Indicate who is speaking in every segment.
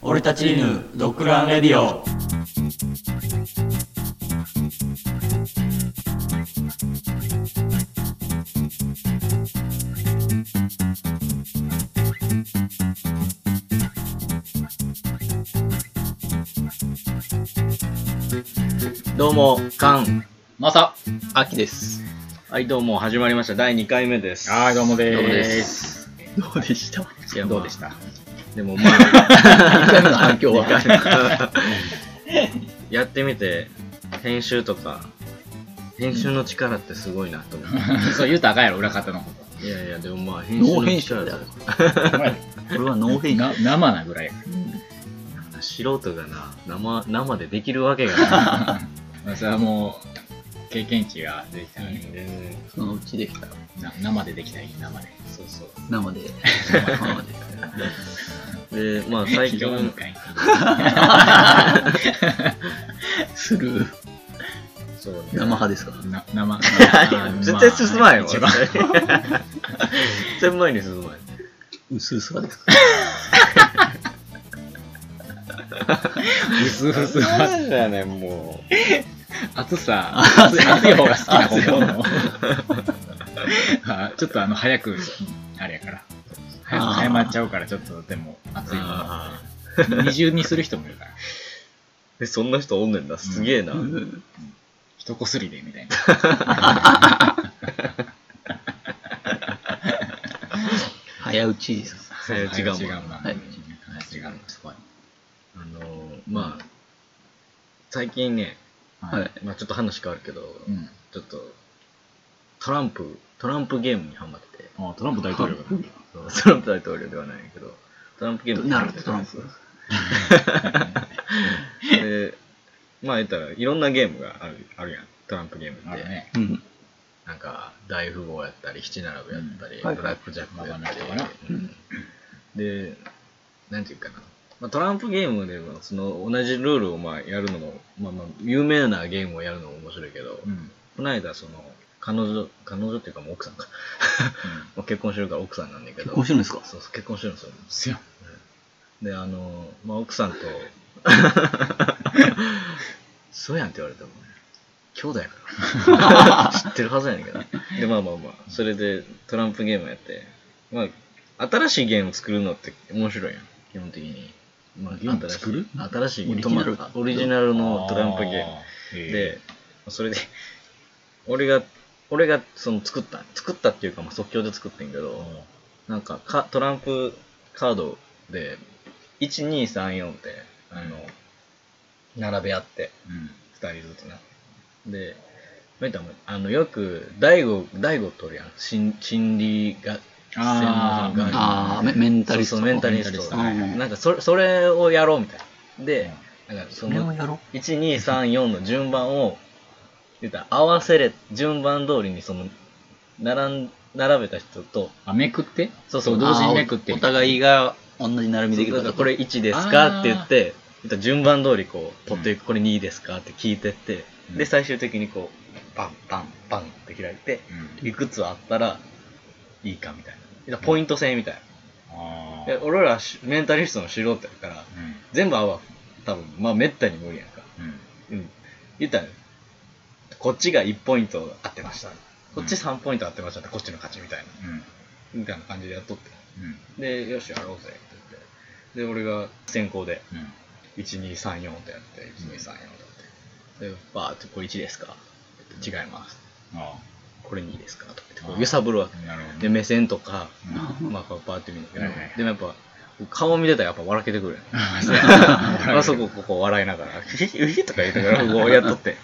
Speaker 1: 俺たち犬ドッグランレディオ
Speaker 2: どうも、カン、
Speaker 3: まさ
Speaker 2: アキです。はい、どうも、始まりました。第2回目です。
Speaker 3: はい、どうもで
Speaker 2: どうも
Speaker 3: ー。
Speaker 2: ですどうでしたいや、
Speaker 3: どう
Speaker 2: ま
Speaker 3: でした
Speaker 2: あでもまあ、
Speaker 3: ?1 回目の反響は。
Speaker 2: 2回目 やってみて、編集とか、編集の力ってすごいなと思っ
Speaker 3: そう言うとあかんやろ、裏方のこ
Speaker 2: て。いやいや、でもまあ、編集の力だ
Speaker 3: と。
Speaker 1: こ れはノーフェイク
Speaker 3: な生なぐらいや
Speaker 2: 素人がな、生、生でできるわけがない。
Speaker 3: から。それはもう、経験値ができたら
Speaker 2: 全
Speaker 3: ね、
Speaker 1: そ
Speaker 2: 然
Speaker 1: のうちできた
Speaker 3: な生でできたらいい、生で。
Speaker 2: そうそう。
Speaker 1: 生で 生で
Speaker 2: で、まあ、最
Speaker 3: 非
Speaker 2: 近
Speaker 3: 常、に深い
Speaker 1: スルー
Speaker 2: そうね
Speaker 1: 生派ですか
Speaker 3: な生。
Speaker 2: 絶対進まんよ、
Speaker 3: 一 番。
Speaker 2: 絶対前に進まんよ。
Speaker 1: 薄々派ですか
Speaker 3: うすうす。
Speaker 2: なんだね、もう。
Speaker 3: 暑さ、 暑い暑い方が好きな本物 の。あちょっとあの、早く、あれやから。早く早まっちゃうから、ちょっとでも、暑いも の。
Speaker 2: あー
Speaker 3: 二重にする人もいるから。
Speaker 2: えそんな人おんねんな。すげえな。
Speaker 3: 一こすりで、みたいな。
Speaker 1: 早打ちですか
Speaker 2: 違うもん
Speaker 3: 違うな。
Speaker 1: はい
Speaker 3: 違う。すごい。
Speaker 2: あのーまあ、最近ね、
Speaker 1: はい
Speaker 2: まあちょっと話変わるけど、
Speaker 3: うん。
Speaker 2: ちょっと、トランプ、トランプゲームにハマってて、
Speaker 3: あ、トランプ大統領が。
Speaker 2: トランプ大統領ではないけど、トランプゲームに
Speaker 1: な
Speaker 2: ハ
Speaker 1: る
Speaker 2: マっ
Speaker 1: ほ
Speaker 2: て
Speaker 1: ど
Speaker 2: て
Speaker 1: トランプ
Speaker 2: で、まあ言ったらいろんなゲームがあるあるやん。トランプゲームって。
Speaker 3: あるね。
Speaker 1: うん
Speaker 2: なんか大富豪やったり七並べやったり、
Speaker 1: うんはい
Speaker 2: ブラックジャックやったり、
Speaker 3: まあなんとかな
Speaker 2: うんでなんていうかな、まあ、トランプゲームでもその同じルールをまあやるのも、まあ、まあ有名なゲームをやるのも面白いけど、
Speaker 3: うん。
Speaker 2: この間その彼女彼女っていうかもう奥さんか もう結婚してるから奥さんなんだけど
Speaker 1: 面白いんですか
Speaker 2: そうそう結婚してるんですよ
Speaker 3: すよ。
Speaker 2: であの、まあ、奥さんとそうやんって言われてもね兄弟やか ら知ってるはずやねんけどでまあまあまあそれでトランプゲームやってまあ新しいゲーム作るのって面白いやん基本的に、まあ、
Speaker 3: ゲーム作る
Speaker 2: 新し
Speaker 1: オリ
Speaker 2: い新しい
Speaker 1: ジナル
Speaker 2: トマオリジナルのトランプゲーム
Speaker 3: ーム
Speaker 2: で、、それで、俺が、俺がその作った、作ったっていうか、まあ、即興で作ってんけど、なんかかトランプカードで、1234って、あの、並べ合って、
Speaker 3: うん。
Speaker 2: 2人ずつな。で、まあ言ったらもうあのよく、大悟、大悟取るやん。心心理が、
Speaker 3: あー
Speaker 2: 専門の
Speaker 1: ああメメンタ
Speaker 2: そう
Speaker 1: リス
Speaker 2: そ
Speaker 1: ト
Speaker 2: うメンタリスト。
Speaker 1: メンタリスト
Speaker 2: なんかそれ、それをやろうみたいな。で、なんかそ
Speaker 1: これ
Speaker 2: の
Speaker 1: を、やろ
Speaker 2: 1234の順番を言ったら合わせれ順番通りにその並ん並べた人と
Speaker 3: あ、めくって
Speaker 2: そう
Speaker 3: そう
Speaker 1: う
Speaker 3: 同時にめくって
Speaker 1: あーおお互いが同じ並びできる
Speaker 2: だからこれ1です
Speaker 3: あー
Speaker 2: かって言って言ったら順番通りこう取っていく、これ2ですかって聞いてって、
Speaker 3: うん
Speaker 2: で最終的にこうパンパンパンって開いて
Speaker 3: うん。
Speaker 2: いくつあったらいいかみたいな言ったらポイント制みたい
Speaker 3: あ
Speaker 2: な、で
Speaker 3: ー
Speaker 2: 俺らしメンタリストの素人やから
Speaker 3: うん。
Speaker 2: 全部合うわ多分まあめったに無理やんか
Speaker 3: うん。
Speaker 2: うん。言ったら、こっちが1ポイント合ってました。こっち
Speaker 3: うん
Speaker 2: 3ポイント合ってましたって、こっちの勝ちみたいな。
Speaker 3: うん。
Speaker 2: みたいな感じでやっとって。
Speaker 3: うん。
Speaker 2: で、よし、やろうぜって言って。で、俺が先行で、
Speaker 3: うん。
Speaker 2: 1234ってやって、1234ってやって。で、バーって、これ1ですかって違います。
Speaker 3: あ
Speaker 2: これ2ですかとか言って、
Speaker 3: あ
Speaker 2: こ
Speaker 3: ー
Speaker 2: う揺さぶるわけ。
Speaker 3: あ。なるほど
Speaker 2: で、
Speaker 3: ね。
Speaker 2: 目線とか、
Speaker 3: うん
Speaker 2: まあ、こうバーって見るんだけど
Speaker 3: はいはいはい、
Speaker 2: でもやっぱ、顔見てたらやっぱ笑けてくるやん。
Speaker 3: そうやな
Speaker 2: まあそこここ笑いながら、 ヒヒヒとか言いながら、こうやっとって。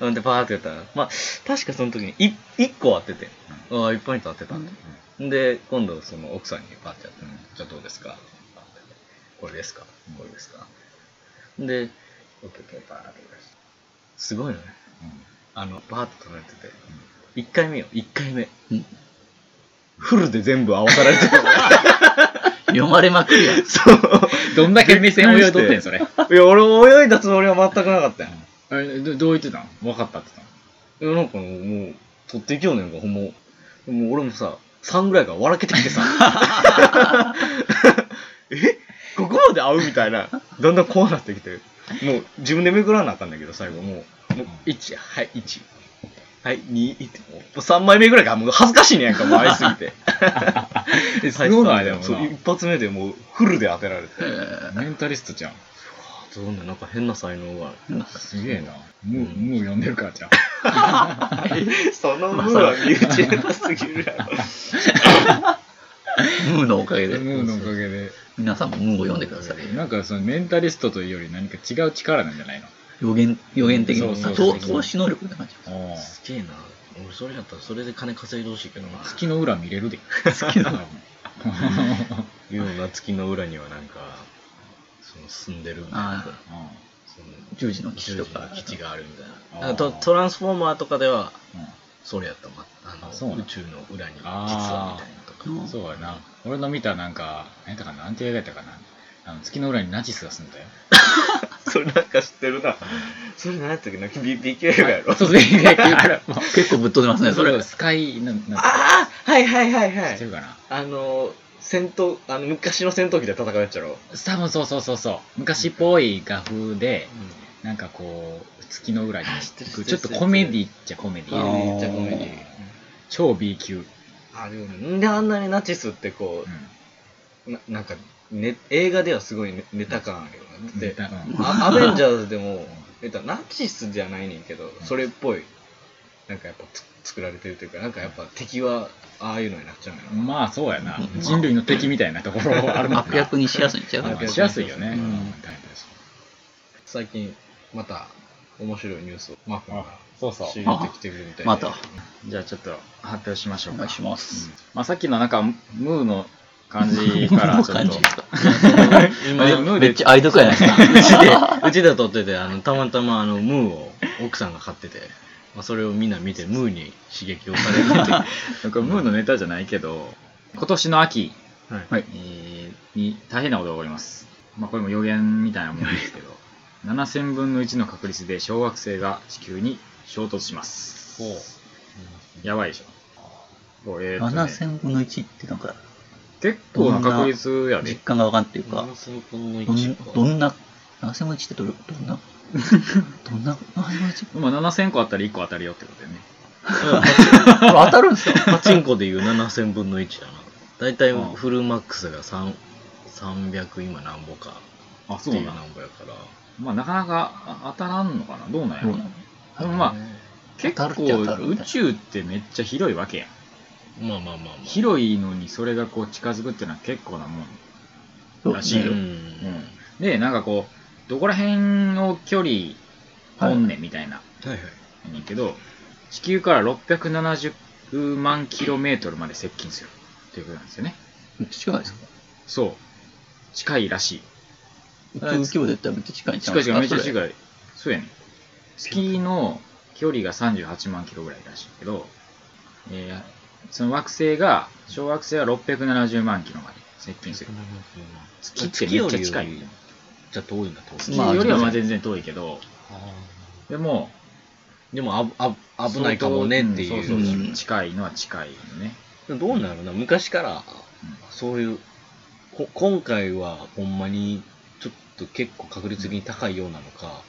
Speaker 2: ほんで、パーってやったら、まあ、確かその時にい1個当てて、ああ、1ポイント当てたんだ。で、今度、その奥さんにパーってやって、じゃあどうですかこれですかこれですかで、オッケーオッケー、パーって出してすごいよね。あの、パーって止めてて、1回目よ、1回目。
Speaker 1: うん
Speaker 2: フルで全部合わされてた。
Speaker 1: 読まれまくる やん
Speaker 2: そう。
Speaker 3: どんだけ目線泳いとってんそれ。
Speaker 2: いや、俺も泳いだつもりは全くなかったよ。
Speaker 3: あれどどう言ってたの分かったって言っ
Speaker 2: いや、なんかもう、もう取っていきようねんか、ほんま。もう俺もさ、3ぐらいから笑けてきてさ。えここまで合うみたいな、だんだんこうなってきて、もう自分でめくらなあかんだけど、最後もう、もう1、はい、1、はい、2、1って、もう3枚目ぐらいがもう恥ずかしいねやんか、もう合いすぎ て。
Speaker 3: えすごないでもな
Speaker 2: そう一発目でもうフルで当てられて。
Speaker 3: メンタリストじゃん。
Speaker 2: どんな、なんか変な才能がある。
Speaker 3: すげえな。もう、もう読んでるからじゃ ん。
Speaker 2: その分は身内下手すぎるや ろ。
Speaker 1: ムーのおかげで。
Speaker 3: ムーのおかげで。
Speaker 1: 皆さんもムーを読んでください。
Speaker 3: なんかそのメンタリストというより何か違う力なんじゃないの
Speaker 1: 予言、予言的
Speaker 3: そう
Speaker 1: に。
Speaker 3: そう
Speaker 1: あ
Speaker 3: そう
Speaker 1: と投資能力って感じ。
Speaker 2: すげえな。俺それやったらそれで金稼いでほしいけどな。
Speaker 3: 月の裏見れるで。
Speaker 1: 月 の
Speaker 2: 世の月の裏にはなんか、その住んでるみたいな
Speaker 1: あ。
Speaker 2: その
Speaker 1: 十字の基
Speaker 2: 基地
Speaker 1: 地
Speaker 2: と
Speaker 1: と
Speaker 2: か
Speaker 1: か。
Speaker 2: 基地があるみたい
Speaker 3: あ
Speaker 2: な
Speaker 3: ー
Speaker 2: あとトランスフォーマーとかではそれやったまあ
Speaker 3: あそう
Speaker 2: の
Speaker 3: なん
Speaker 2: 宇宙の裏に実
Speaker 3: あ
Speaker 2: は
Speaker 3: ー
Speaker 2: みたいなとか
Speaker 1: うん
Speaker 3: そうやな。俺の見たなんか、何だかな、なんて映画やったかな。あの月の裏にナチスが住んだよ。
Speaker 2: それなんか知ってるなそれ何やったっけな BKL やろ
Speaker 3: そうそう、全然あれ。もう
Speaker 1: 結構ぶっ飛んでますね、それ。
Speaker 3: スカイ、なんなんか、
Speaker 2: ああはいはいはいは
Speaker 3: 知って
Speaker 2: い
Speaker 3: るかな。
Speaker 2: あの戦闘あの昔の戦闘機で戦うやつやろ
Speaker 3: 多分そうそうそうそう。昔っぽい画風で、なんかこう、月の裏に
Speaker 2: あ知ってる知ってる
Speaker 3: ちょっとコメディっちゃコメデ
Speaker 2: いや
Speaker 1: あー
Speaker 3: ィ。
Speaker 2: めっちゃごめんね
Speaker 3: 超 B 級。
Speaker 2: あでもなんであんなにナチスってこ
Speaker 3: うん
Speaker 2: うななんかね映画ではすごいネネタ感あるよなだって
Speaker 3: ネタうん
Speaker 2: あアベンジャーズでも、えっと、ナチスじゃないねんけど、それっぽい、なんかやっぱつ作られてるというか、なんかやっぱ敵はああいうのになっちゃうのよな。
Speaker 3: まあそうやな
Speaker 1: う。ん
Speaker 3: 人類の敵みたいなところは あるもんな。
Speaker 1: 悪役にしやすいんちゃう
Speaker 2: 悪役
Speaker 3: しやすいよね。
Speaker 2: うん最近、また面白いニュースをマフが
Speaker 3: そうそ
Speaker 2: 仕
Speaker 3: う。
Speaker 2: 入れてきてくるみたいで
Speaker 1: また、
Speaker 3: じゃあちょっと発表しましょ
Speaker 1: お
Speaker 3: う
Speaker 1: 願
Speaker 3: か
Speaker 1: い。します。
Speaker 3: まあさっきのなんか、ムーの感じからちょっ
Speaker 1: 感
Speaker 3: と
Speaker 1: じ。ですか
Speaker 3: まあでもムー
Speaker 1: め
Speaker 3: で
Speaker 1: っちゃ愛読やないですか。
Speaker 2: う ちで、うちで撮ってて、あの、たまたまあの、ムーを奥さんが買ってて、まあ、それをみんな見て、ムーに刺激をされてて、 は
Speaker 3: なんかムーのネタじゃないけど、今年の秋
Speaker 2: い
Speaker 1: はい。
Speaker 3: えーに大変なことが起こります。まあこれも予言みたいなもんですけど、7000分の1の確率で小惑星が地球に衝突します。
Speaker 2: ほう
Speaker 3: やばいでしょ。こうえ ーっとね
Speaker 1: 7000分の1ってなんか、
Speaker 3: 結構な確率や
Speaker 1: 実
Speaker 3: で。
Speaker 1: 感がわかんっていうか、
Speaker 2: 7000分の
Speaker 1: ど
Speaker 2: 1か
Speaker 1: んどんな、7000分の1ってどれどんな、どんな、7000分の 1?
Speaker 3: まあ7000個あったら1個当たるよってことだよね。
Speaker 1: 当たるんですか
Speaker 2: パチンコでいう7000分の1だな。だいたいフルマックスが3 300今何ぼか
Speaker 3: あ、
Speaker 2: っていう何ぼやから。
Speaker 3: まあなかなかあ当たらんのかな。どうなんや
Speaker 1: ど
Speaker 3: ろ
Speaker 1: うなの
Speaker 3: でもまあ結
Speaker 1: 当た
Speaker 3: 構
Speaker 1: るっちゃ当たる
Speaker 3: 宇宙ってめっちゃ広いわけやん。
Speaker 2: まあまあまあまあ。
Speaker 3: 広いのにそれがこう近づくっていうのは結構なもん。
Speaker 1: そう
Speaker 3: らしいよ
Speaker 2: う。
Speaker 3: うんん、でなんかこうどこら辺の距離おんねんみたいな、
Speaker 2: はいはい。
Speaker 3: やねんけど地球から670万キロメートルまで接近するということなんですよね
Speaker 1: めっちゃ近いですか
Speaker 3: そう近いらしい
Speaker 1: 宇宙規模で言ったらめっちゃ近いんちゃう
Speaker 3: 近い近いめっちゃ
Speaker 1: い。
Speaker 3: 近いそうやねん月の距離が38万キロぐらいらしいけど、えーその惑星が小惑星は670万キロまで接近する月ってめっちゃ近
Speaker 2: 月よ
Speaker 3: い
Speaker 2: りじゃあ遠いんだ、遠
Speaker 3: 月
Speaker 2: い。
Speaker 1: まあ
Speaker 3: よりはまあ全然遠いけど、
Speaker 2: あ
Speaker 3: でも
Speaker 2: ーでもあぶあぶ危ないかもねっていう。
Speaker 3: そうそうそう
Speaker 1: うん
Speaker 3: 近いのは近いよね。
Speaker 2: どうなるな昔からそういう、こ今回はほんまにちょっと結構確率的に高いようなのか、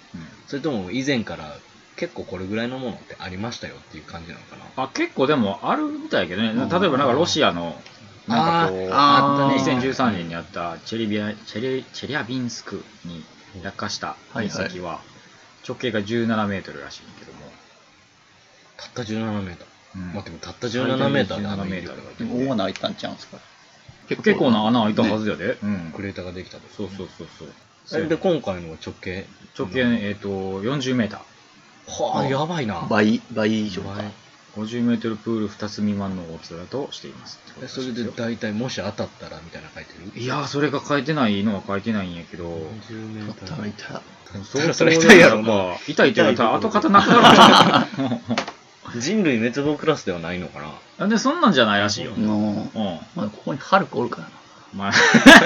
Speaker 2: それとも以前から結構これぐらいのものってありましたよっていう感じなのかな
Speaker 3: あ結構でもあるみたいやけどね、例えばなんかロシアの、なんかこう、
Speaker 1: あーあったね
Speaker 3: 2013年にあったチェリビアチェリチェリアビンスクに落下した隕石は、直径が17メートルらしいけども、
Speaker 2: たった17メーター、
Speaker 3: うん
Speaker 2: 待ってもたった17メーターであの
Speaker 3: 17メー
Speaker 2: イン
Speaker 3: タ
Speaker 2: タ
Speaker 3: ー
Speaker 2: ーだ
Speaker 3: だか
Speaker 2: からら
Speaker 1: でも大穴開いたんちゃうんですか
Speaker 3: 結構な穴開いたはずやで、うん
Speaker 2: クレーターができたと
Speaker 3: そうそうそうそう。
Speaker 2: えで今回のは直径
Speaker 3: 直径、ね、えっ、と、40メーター。
Speaker 2: はあやばいな
Speaker 1: 倍、倍以上か。
Speaker 3: 50メートルプール2つ未満の大きさだとしています。
Speaker 2: えそれで大体もし当たったらみたいなの書いてる
Speaker 3: いやー、それが書いてないのは書いてないんやけど、
Speaker 2: 40メーター
Speaker 1: 働いた。
Speaker 2: そ れそれ痛いやろ
Speaker 3: まあ、痛いって言う
Speaker 2: 痛
Speaker 3: と、
Speaker 2: いと
Speaker 3: 跡
Speaker 2: こ
Speaker 3: 形なくなる
Speaker 2: 人類滅亡クラスではないのかな
Speaker 3: なんで、そんなんじゃないらしいよ。うん。
Speaker 1: の、まあ、ここにハルクおるから
Speaker 3: まあ、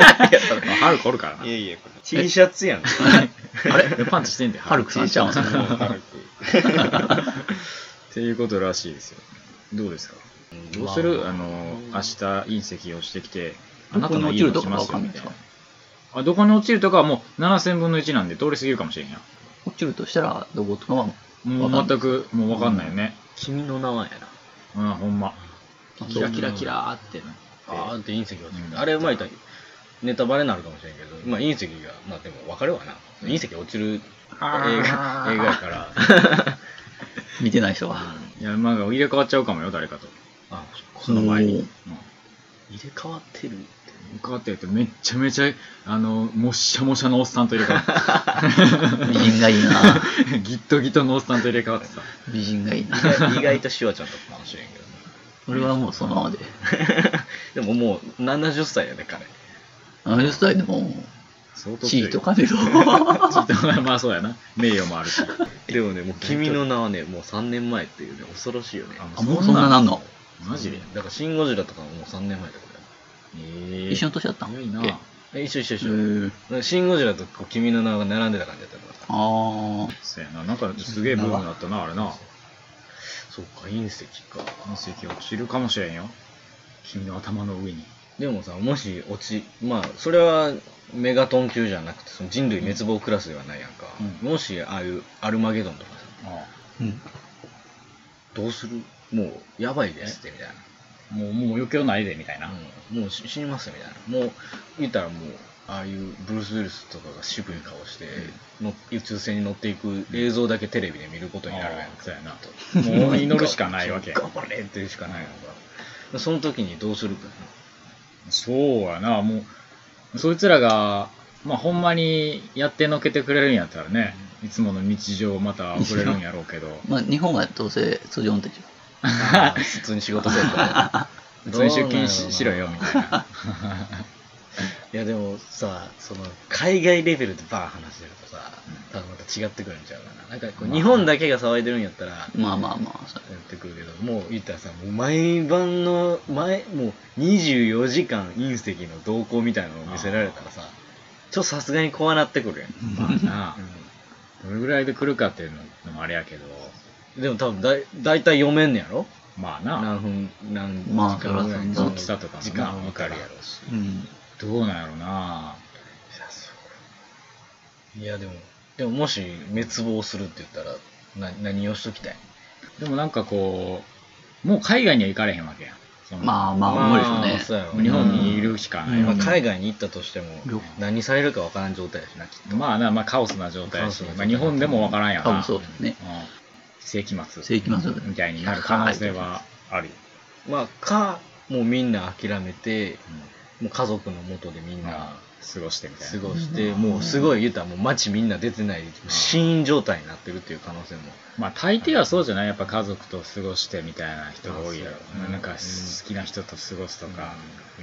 Speaker 3: ハルクおるからな。
Speaker 2: いやこれ T シャツやん
Speaker 3: あれパンチしてんで、
Speaker 1: ハルクさんちゃうんすか
Speaker 3: ハルクっていうことらしいですよ。どうですかどうするあの、明日隕石をしてきて、あ
Speaker 1: な。
Speaker 3: な
Speaker 1: どこ
Speaker 3: た
Speaker 1: に落
Speaker 3: の
Speaker 1: ち
Speaker 3: 家
Speaker 1: る
Speaker 3: 落
Speaker 1: と
Speaker 3: ち
Speaker 1: かが
Speaker 3: ま
Speaker 1: わ
Speaker 3: す
Speaker 1: か
Speaker 3: よ
Speaker 1: んない
Speaker 3: み
Speaker 1: で
Speaker 3: たい
Speaker 1: す
Speaker 3: な
Speaker 1: か。
Speaker 3: あどこに落ちるとかはもう7000分の1なんで通り過ぎるかもしれんや
Speaker 1: 落ちるとしたらどことかは
Speaker 3: もう全くもう分かんないよね
Speaker 2: 君の名はやな。
Speaker 3: うん、ほんまキラキラキラーってな
Speaker 2: あーって隕石が落ちてく
Speaker 3: う
Speaker 2: る。
Speaker 3: ん
Speaker 2: あれ、まあ言ったらネタバレになるかもしれんけど、まあ隕石が、まあでも分かるわな。隕石落ちる映画映画やから。
Speaker 1: 見てない人は。
Speaker 3: いやまあ入れ替わっちゃうかもよ誰かと
Speaker 2: あ、
Speaker 3: その前に、
Speaker 1: お
Speaker 3: う
Speaker 1: ー
Speaker 3: ん、
Speaker 2: 入れ替わってるって。
Speaker 3: 入れ替わってるってめっちゃめちゃあのもっしゃもしゃのおっさんと入れ替わって
Speaker 1: 美人がいい な。
Speaker 3: たギットギトのおっさんと入れ替わってさ
Speaker 1: 美人がいいな。
Speaker 2: 意外意外とシュワちゃんだったかもしれんけどね。
Speaker 1: 俺はもうそのままで。
Speaker 2: でももう70歳やね、彼。
Speaker 1: 70歳でも、
Speaker 3: 相当
Speaker 1: 地
Speaker 3: 強い
Speaker 1: 位とかでも。
Speaker 3: チートまあそうやな名誉もある し
Speaker 2: でもね、もう君の名はね、もう3年前っていうね、恐ろしいよね。
Speaker 1: あ、もうそんななんの
Speaker 3: マジで
Speaker 2: だから、シン・ゴジラとかももう3年前だから。
Speaker 3: えー
Speaker 1: 一緒の年だったん
Speaker 3: 早いな
Speaker 1: え
Speaker 2: え一緒一緒一緒。
Speaker 1: ー
Speaker 2: シン・ゴジラとこう君の名が並んでた感じだったからさ
Speaker 1: あ
Speaker 3: そうやななんかすげえブームだったなあれな
Speaker 2: そうか隕石か
Speaker 3: 隕石落ちるかもしれんよ君の頭の上に
Speaker 2: でもさもし落ちまあそれはメガトン級じゃなくてその人類滅亡クラスではないやんか、
Speaker 3: うん
Speaker 2: もしああいうアルマゲドンとかさ
Speaker 3: あ
Speaker 1: ーうん。
Speaker 2: どうするもうやばいですってみたい
Speaker 3: あもうもう余興ないでみたいな、
Speaker 2: な、うん、もうし死にますみたいなもう言ったらもうああいうブルース・ウィルスとかが渋い顔して、の宇宙船に乗っていく映像だけテレビで見ることになるやん
Speaker 3: ああ
Speaker 2: か
Speaker 3: そうやなもう祈るしかないわ け
Speaker 2: 頑張れっていうしかないのがその時にどうするかな
Speaker 3: そうやなもうそいつらがまあほんまにやってのけてくれるんやったらね、いつもの日常をまた送れるんやろう けど
Speaker 1: まあ、日本はどうせ通常運転でし
Speaker 2: あー普通に仕事せんとね
Speaker 3: 普通に出勤ししろよみたいない
Speaker 2: やでもさその海外レベルでバーン話してるとさ多分また違ってくるんちゃうかななんかこう
Speaker 3: まあ
Speaker 2: 日本だけが騒いでるんやったらや
Speaker 1: ょ。まあまあまあ、そ
Speaker 2: ってくるけどもう言ったらさもう毎晩の前もう24時間隕石の動向みたいなのを見せられたらさちょっとさすがに怖なってくるやん、
Speaker 3: まあなどれぐらいで来るかっていうのもあれやけど
Speaker 2: でも多分だい大体読めんねやろ
Speaker 3: まあな
Speaker 2: 何分何時
Speaker 1: まあ
Speaker 2: 間ぐらい
Speaker 1: そら
Speaker 2: の
Speaker 1: 大
Speaker 3: きさとかもな
Speaker 2: 時間わかるやろうし
Speaker 1: う。うん。
Speaker 3: どうなんやろうない
Speaker 2: やそういやでもでももし滅亡するって言ったらな何をしときたい
Speaker 3: でもなんかこうもう海外には行かれへんわけやんその
Speaker 1: まあまあ、
Speaker 2: まあ
Speaker 1: 思うでしょうね。
Speaker 2: そうやろ
Speaker 3: 日本にいるしかない
Speaker 2: ま
Speaker 3: わ
Speaker 2: あ
Speaker 3: け、
Speaker 2: 海外に行ったとしても
Speaker 1: 旅行
Speaker 2: 何されるかわからん状態やしなきっと
Speaker 3: まあなまあカオスな状態やし
Speaker 2: カオスな状
Speaker 3: ま
Speaker 2: 態
Speaker 3: あ、日本でもわからんやろ
Speaker 1: 多
Speaker 3: な
Speaker 1: 分そうですね。
Speaker 3: うん世紀末
Speaker 1: 世紀末
Speaker 3: みたいになる可能性はあるよ、
Speaker 2: まあかもうみんな諦めてもう家族のもとでみんな
Speaker 3: まあ過ごしてみたい
Speaker 2: 過
Speaker 3: な
Speaker 2: ごしてもうすごい言うたらもう街みんな出てない死因状態になってるっていう可能性も
Speaker 3: まあ大抵はそうじゃないやっぱ家族と過ごしてみたいな人が多いやろ
Speaker 2: あそうや
Speaker 3: なんか
Speaker 2: うん
Speaker 3: 好きな人と過ごすとか、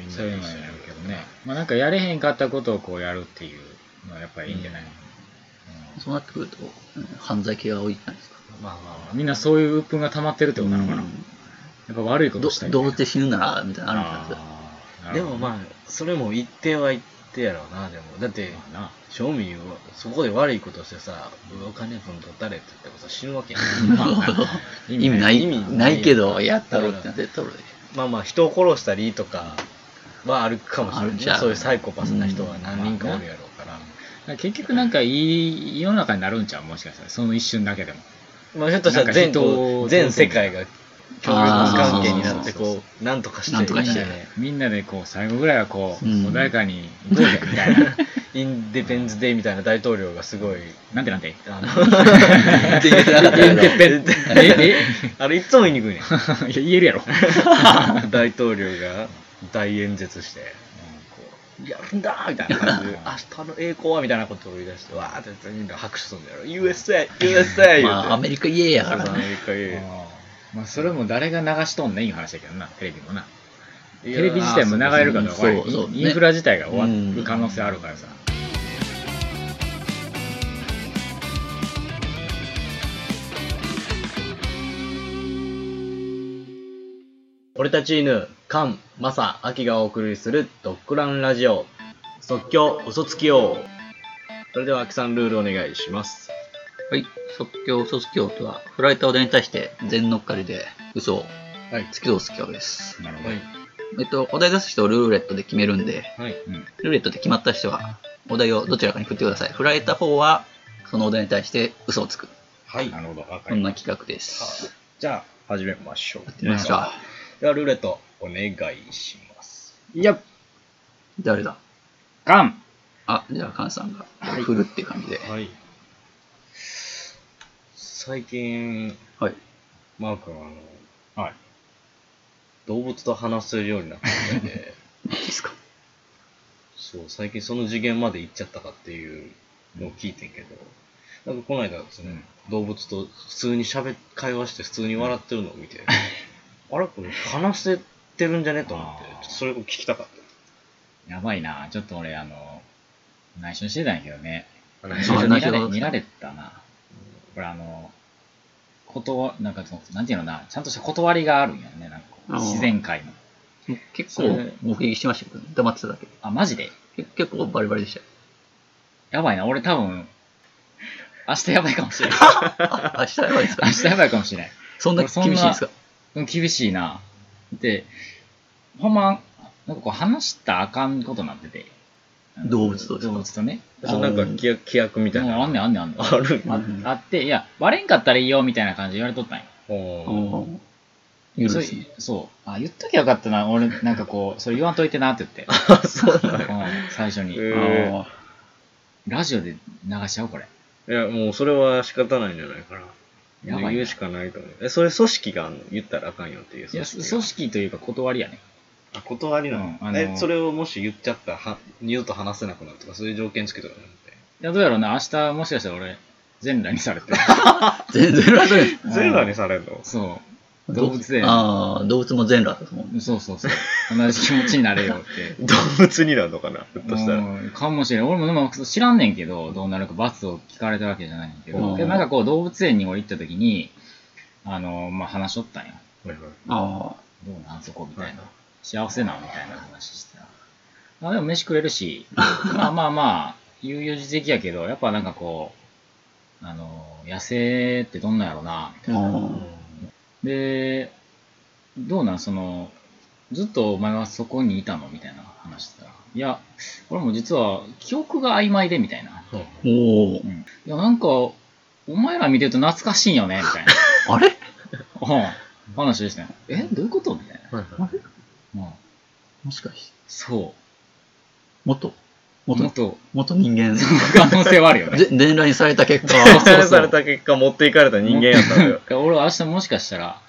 Speaker 2: うん
Speaker 3: そういうのやるけどね、まあ、なんかやれへんかったことをこうやるっていうのはやっぱりいいんじゃない、
Speaker 2: うん
Speaker 1: そうなってくると、うん犯罪系が多いじゃないですか。
Speaker 2: まあまあまあ
Speaker 3: みんなそういう鬱憤が溜まってるってことなのかな、やっぱ悪いこと
Speaker 1: ど
Speaker 3: したい
Speaker 1: どうして死ぬならみたいなのあるんじゃないですか。
Speaker 3: あーな
Speaker 2: で
Speaker 3: るほど
Speaker 2: もまあそれも一定は一定やろうなでもだって
Speaker 3: まあな
Speaker 2: 正味はそこで悪いことしてさお金分取ったれって言ってもさ死ぬわけやん
Speaker 3: 意
Speaker 1: 意味な
Speaker 2: 意味ない
Speaker 1: いないけど、やったろってなって、取るでし
Speaker 2: まあまあ人を殺したりとかはあるかもしれ
Speaker 1: ある
Speaker 2: なんい
Speaker 1: ち
Speaker 2: ね
Speaker 1: ゃう
Speaker 2: そういうサイコパスな人は何人かおるやろうから、
Speaker 3: なんか結局なんかいい世の中になるんちゃうもしかしたらその一瞬だけでも
Speaker 2: まあ、ひょっとしたら全
Speaker 3: なんか人
Speaker 2: こ
Speaker 3: を
Speaker 2: う全世界が協力関係になって
Speaker 3: あーそうそうそう
Speaker 2: こうなんとかして
Speaker 1: なんとかして
Speaker 2: みんなで
Speaker 3: みんなでこう最後ぐらいはこう、
Speaker 1: うん
Speaker 3: 穏やかに行こうぜみたい な
Speaker 2: インディペンデンス・デイみたいな大統領がすごい
Speaker 3: なんてなんて
Speaker 2: あの
Speaker 1: ょ。 って言ってなかったけど
Speaker 3: え
Speaker 2: あれいつも言いにくいねん
Speaker 3: えいや言えるやろ
Speaker 2: 大統領が大演説して、やるんだみたいな感じで、明日の栄光はみたいなことを言い出して、わーってみんな拍手するんだよ。USA! USA! 言
Speaker 1: まあ、ア
Speaker 2: うて。
Speaker 1: メリカ家や
Speaker 2: そ
Speaker 1: か
Speaker 2: うそうア
Speaker 1: ら。
Speaker 2: メリカ言う
Speaker 3: まあそれも誰が流しとんねんいう話やけどなテレビもない
Speaker 2: や
Speaker 3: テレビ自体も流れるかどうかわからん
Speaker 1: そうそうね
Speaker 3: インフラ自体が終わる可能性あるからさ、
Speaker 2: 俺たち犬、カン、マサ、アキがお送りするドッグランラジオ。即興、嘘つき王。それでは、アキさんルールお願いします。
Speaker 1: はい。即興、卒業とは、振られたお題に対して、全乗っかりで、嘘を
Speaker 2: はい。
Speaker 1: つき通す教です。
Speaker 3: なるほ
Speaker 2: は
Speaker 3: ど、
Speaker 2: い。
Speaker 1: えっと、お題出す人をルーレットで決めるんで、
Speaker 2: はい。
Speaker 3: うん
Speaker 1: ルーレットで決まった人は、お題をどちらかに振ってください。振られた方は、そのお題に対して嘘をつく。
Speaker 2: はい。なるほど。わか
Speaker 1: こ
Speaker 2: り
Speaker 1: ん
Speaker 2: ま
Speaker 1: な
Speaker 2: し
Speaker 1: 企画で
Speaker 2: た。
Speaker 1: す。
Speaker 2: じゃあ、始めましょう。
Speaker 1: やってみますか。
Speaker 2: では、ルーレット、お願いします。
Speaker 3: いや、
Speaker 1: 誰だ
Speaker 3: ガン
Speaker 1: あ、じゃあ、カンさんが振るっていう感じで。
Speaker 2: はい。最近、
Speaker 1: はい。
Speaker 2: マー君、あの、
Speaker 3: はい。
Speaker 2: 動物と話せるようになったみたいで、
Speaker 1: マジですか。
Speaker 2: そう、最近その次元まで行っちゃったかっていうのを聞いてんけど、なんかこの間ですね、動物と普通に喋っ、会話して普通に笑ってるのを 見て、あれこれ話せてるんじゃねと思って、
Speaker 3: あー
Speaker 2: ちょっとそれを聞きたかっ
Speaker 3: やばいな。ちょっと俺、あの、内緒にしてたんやけどね。
Speaker 2: た。
Speaker 3: 見
Speaker 1: 緒に
Speaker 3: られ
Speaker 1: 内緒
Speaker 3: 見られてたな。これ、あの、ことなんかその、なんていうのかな、ちゃんとした断りがあるんやね。なんかこう
Speaker 1: あー
Speaker 3: 自然界の。
Speaker 1: もう結
Speaker 3: そ
Speaker 1: 構
Speaker 3: れ
Speaker 1: 目撃してましたけど、黙ってただけ
Speaker 3: あ、マジで
Speaker 1: け結構バリバリでしたよ。
Speaker 3: やばいな。俺多分、明日やばいかもしれない。
Speaker 1: あ、明日やばいですか
Speaker 3: 明日やばいかもしれない。
Speaker 1: そんな厳しいですか
Speaker 3: うん厳しいな。で、ほんま、なんかこう話したらあかんことになってて。
Speaker 1: 動物とですか
Speaker 3: 動物とね。
Speaker 2: そうなんか規約規約みたい
Speaker 3: うんあ
Speaker 2: な。
Speaker 3: んねんあんねんあんねん。
Speaker 2: ある
Speaker 1: う
Speaker 3: あ
Speaker 1: ん
Speaker 3: あって、いや、バレんかったらいいよみたいな感じで言われとったんよ。
Speaker 2: うん
Speaker 1: おー許
Speaker 3: そ
Speaker 1: す
Speaker 3: う
Speaker 1: ね。
Speaker 3: そう。あ、言っときゃよかったな。俺、なん かこう、それ言わんといてなって言って。
Speaker 2: あ、そうなんや。
Speaker 3: うん最初に。
Speaker 2: へ
Speaker 1: あー
Speaker 2: え
Speaker 3: ラジオで流しちゃおう、これ。
Speaker 2: いや、もうそれは仕方ないんじゃないかな。
Speaker 3: やばいな
Speaker 2: 言うしかないと思う。え、それ組織があんの言ったらあかんよっていう
Speaker 3: いや、
Speaker 2: 組織
Speaker 3: そ
Speaker 2: が。
Speaker 3: 組織というか断りやね。
Speaker 2: あ、断りなの、
Speaker 3: うんあのー
Speaker 2: え、それをもし言っちゃったら、は二度と話せなくなるとか、そういう条件つけとかなんて。
Speaker 3: いや、どうやろうな。明日、もしかしたら俺、全裸にさ れてる。
Speaker 1: 全然楽 です。
Speaker 3: うん
Speaker 2: 全裸にされるの
Speaker 3: そう。動物園。
Speaker 1: ああ、動物も全裸ですもん。
Speaker 3: そうそうそう。同じ気持ちになれよ って。
Speaker 2: 動物になるのかなひょっとしたら。
Speaker 3: うんかもしれん。俺もでも知らんねんけど、どうなるか罰を聞かれたわけじゃないんだけ
Speaker 1: う
Speaker 3: ど、
Speaker 1: ん
Speaker 3: でもなんかこう動物園に俺行った時に、あの、まあ、話しとったんよ。
Speaker 1: あ
Speaker 3: どうなんそこみたいな
Speaker 2: は。
Speaker 3: 幸せなんみたいな話してた。まあでも飯食えるし、まあまあまあ、悠々自適やけど、やっぱなんかこう、あの、野生ってどんなんやろな、みたいな
Speaker 1: あ、うん
Speaker 3: で、どうなんその、ずっとお前はそこにいたのみたいな話してたら。いや、俺も実は記憶が曖昧でみたいな。
Speaker 1: おお
Speaker 3: う、ん。いや、なんか、お前ら見てると懐かしいんよねみ たいな。
Speaker 1: あれ
Speaker 3: うん。話でしたよ。えどういうことみたい
Speaker 1: あれ
Speaker 3: な。うん。
Speaker 1: もしかして、
Speaker 3: そ
Speaker 1: 元
Speaker 3: う。も
Speaker 1: 元
Speaker 3: っと、
Speaker 1: 元人 間。
Speaker 3: 可能性はあるよね。
Speaker 1: で全裸にされた結 果、
Speaker 2: 殺されされた結果、持っていかれた 人間やったのよ。
Speaker 3: 俺は明日もしかしたら、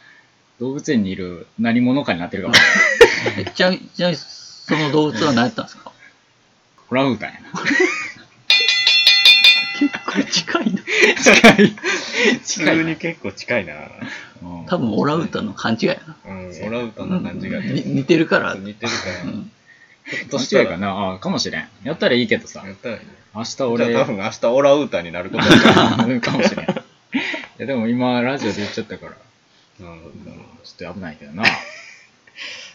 Speaker 3: 動物園にいる何者かになってるかもし れない。
Speaker 1: えちなみにちなみにその動物は何やったんですか
Speaker 3: オランウータンや な。
Speaker 1: 結構近いな。
Speaker 3: 近い。
Speaker 2: 普
Speaker 3: 近い
Speaker 2: 通
Speaker 3: な。
Speaker 2: に結構近いな。
Speaker 3: うん
Speaker 1: 多分オランウータンの勘違いやな。
Speaker 2: うん、オラウータンな感じが。
Speaker 1: に似てるから。
Speaker 2: 似てる
Speaker 1: う
Speaker 2: か
Speaker 1: ん
Speaker 3: 年上かなああ、かもしれん。やったらいいけどさ
Speaker 2: ら。や、ったらいいね。
Speaker 3: 明日
Speaker 2: じ
Speaker 3: 俺、
Speaker 2: ゃあ多分明日オラウータンになることになる。
Speaker 3: うんかもし れん。いや、でも今、ラジオで言っちゃったから、
Speaker 2: なるほどなるほ
Speaker 3: ちょっと危ないけどな。
Speaker 2: ど。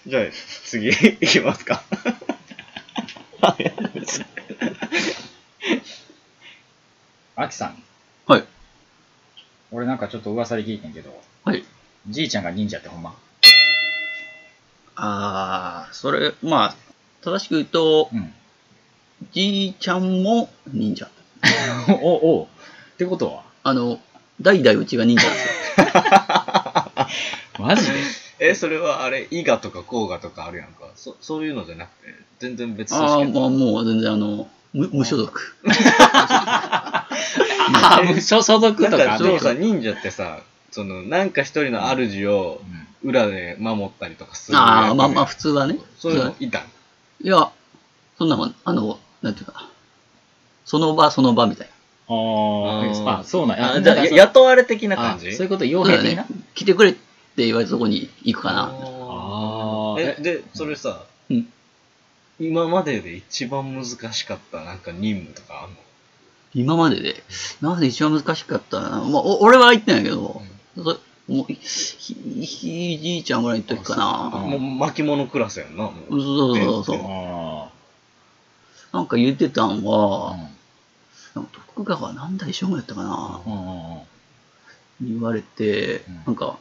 Speaker 2: じゃあ、次、 いきますか。
Speaker 3: アキさん、
Speaker 1: はい。
Speaker 3: 俺なんかちょっと噂で聞いてんけど、
Speaker 1: はい。
Speaker 3: じいちゃんが忍者ってほんま。
Speaker 1: ああ、それ、まあ、正しく言うと
Speaker 3: う、ん。
Speaker 1: じいちゃんも忍者。
Speaker 3: お、お、ってことは
Speaker 1: あの、代々うちが 忍者なんですよ。
Speaker 3: マジ で
Speaker 2: え、それはあれ、伊賀とか甲賀とかあるやんか。そそういうのじゃなくて、全然別組
Speaker 1: ああ、
Speaker 2: 織
Speaker 1: まあもう全然あの、無無所属。
Speaker 3: あ、無所所属
Speaker 2: な
Speaker 3: と
Speaker 2: ん
Speaker 3: か
Speaker 2: か、
Speaker 3: あ
Speaker 2: そ
Speaker 3: る
Speaker 2: うさ、忍者ってさ、その、なんか一人の主を裏で守ったりとかする。
Speaker 1: ああ、まあまあ普通はね。
Speaker 2: そういうのいたん。
Speaker 1: いや、そんなもん、あの、なんていうかな。その場その場みたい
Speaker 3: うんああ、あ、そうなんや。
Speaker 2: あじゃあ、
Speaker 3: な
Speaker 2: や
Speaker 3: んかそう
Speaker 2: 雇われ的な
Speaker 3: あ
Speaker 2: 感じ
Speaker 3: そういうこと、傭
Speaker 1: な。そう
Speaker 3: 兵
Speaker 1: だ
Speaker 3: 的
Speaker 1: ね
Speaker 3: な。
Speaker 1: 来てくれって言われたとこに行くかな。
Speaker 2: あ
Speaker 3: あ
Speaker 2: ー
Speaker 3: あ、
Speaker 2: え、
Speaker 3: え
Speaker 2: で、それさ、
Speaker 1: うん
Speaker 2: 今までで一番難しかったなんか任務とかあんの
Speaker 1: 今までで、今まで一番難しかったな。まあ、お俺は行ってないけど、そもう、ひ、ひひいじいちゃんぐらいの時か
Speaker 2: あ
Speaker 1: な。
Speaker 2: もう巻物クラスやんな。も
Speaker 1: そう
Speaker 2: う
Speaker 1: そうそうそう。
Speaker 2: え
Speaker 3: あ
Speaker 1: なんか言ってたん
Speaker 3: あ、う
Speaker 1: は、
Speaker 3: ん
Speaker 1: なんか徳川何代将軍やったかな。
Speaker 3: うんうんうん。
Speaker 1: 言われて
Speaker 3: うん、
Speaker 1: なんか、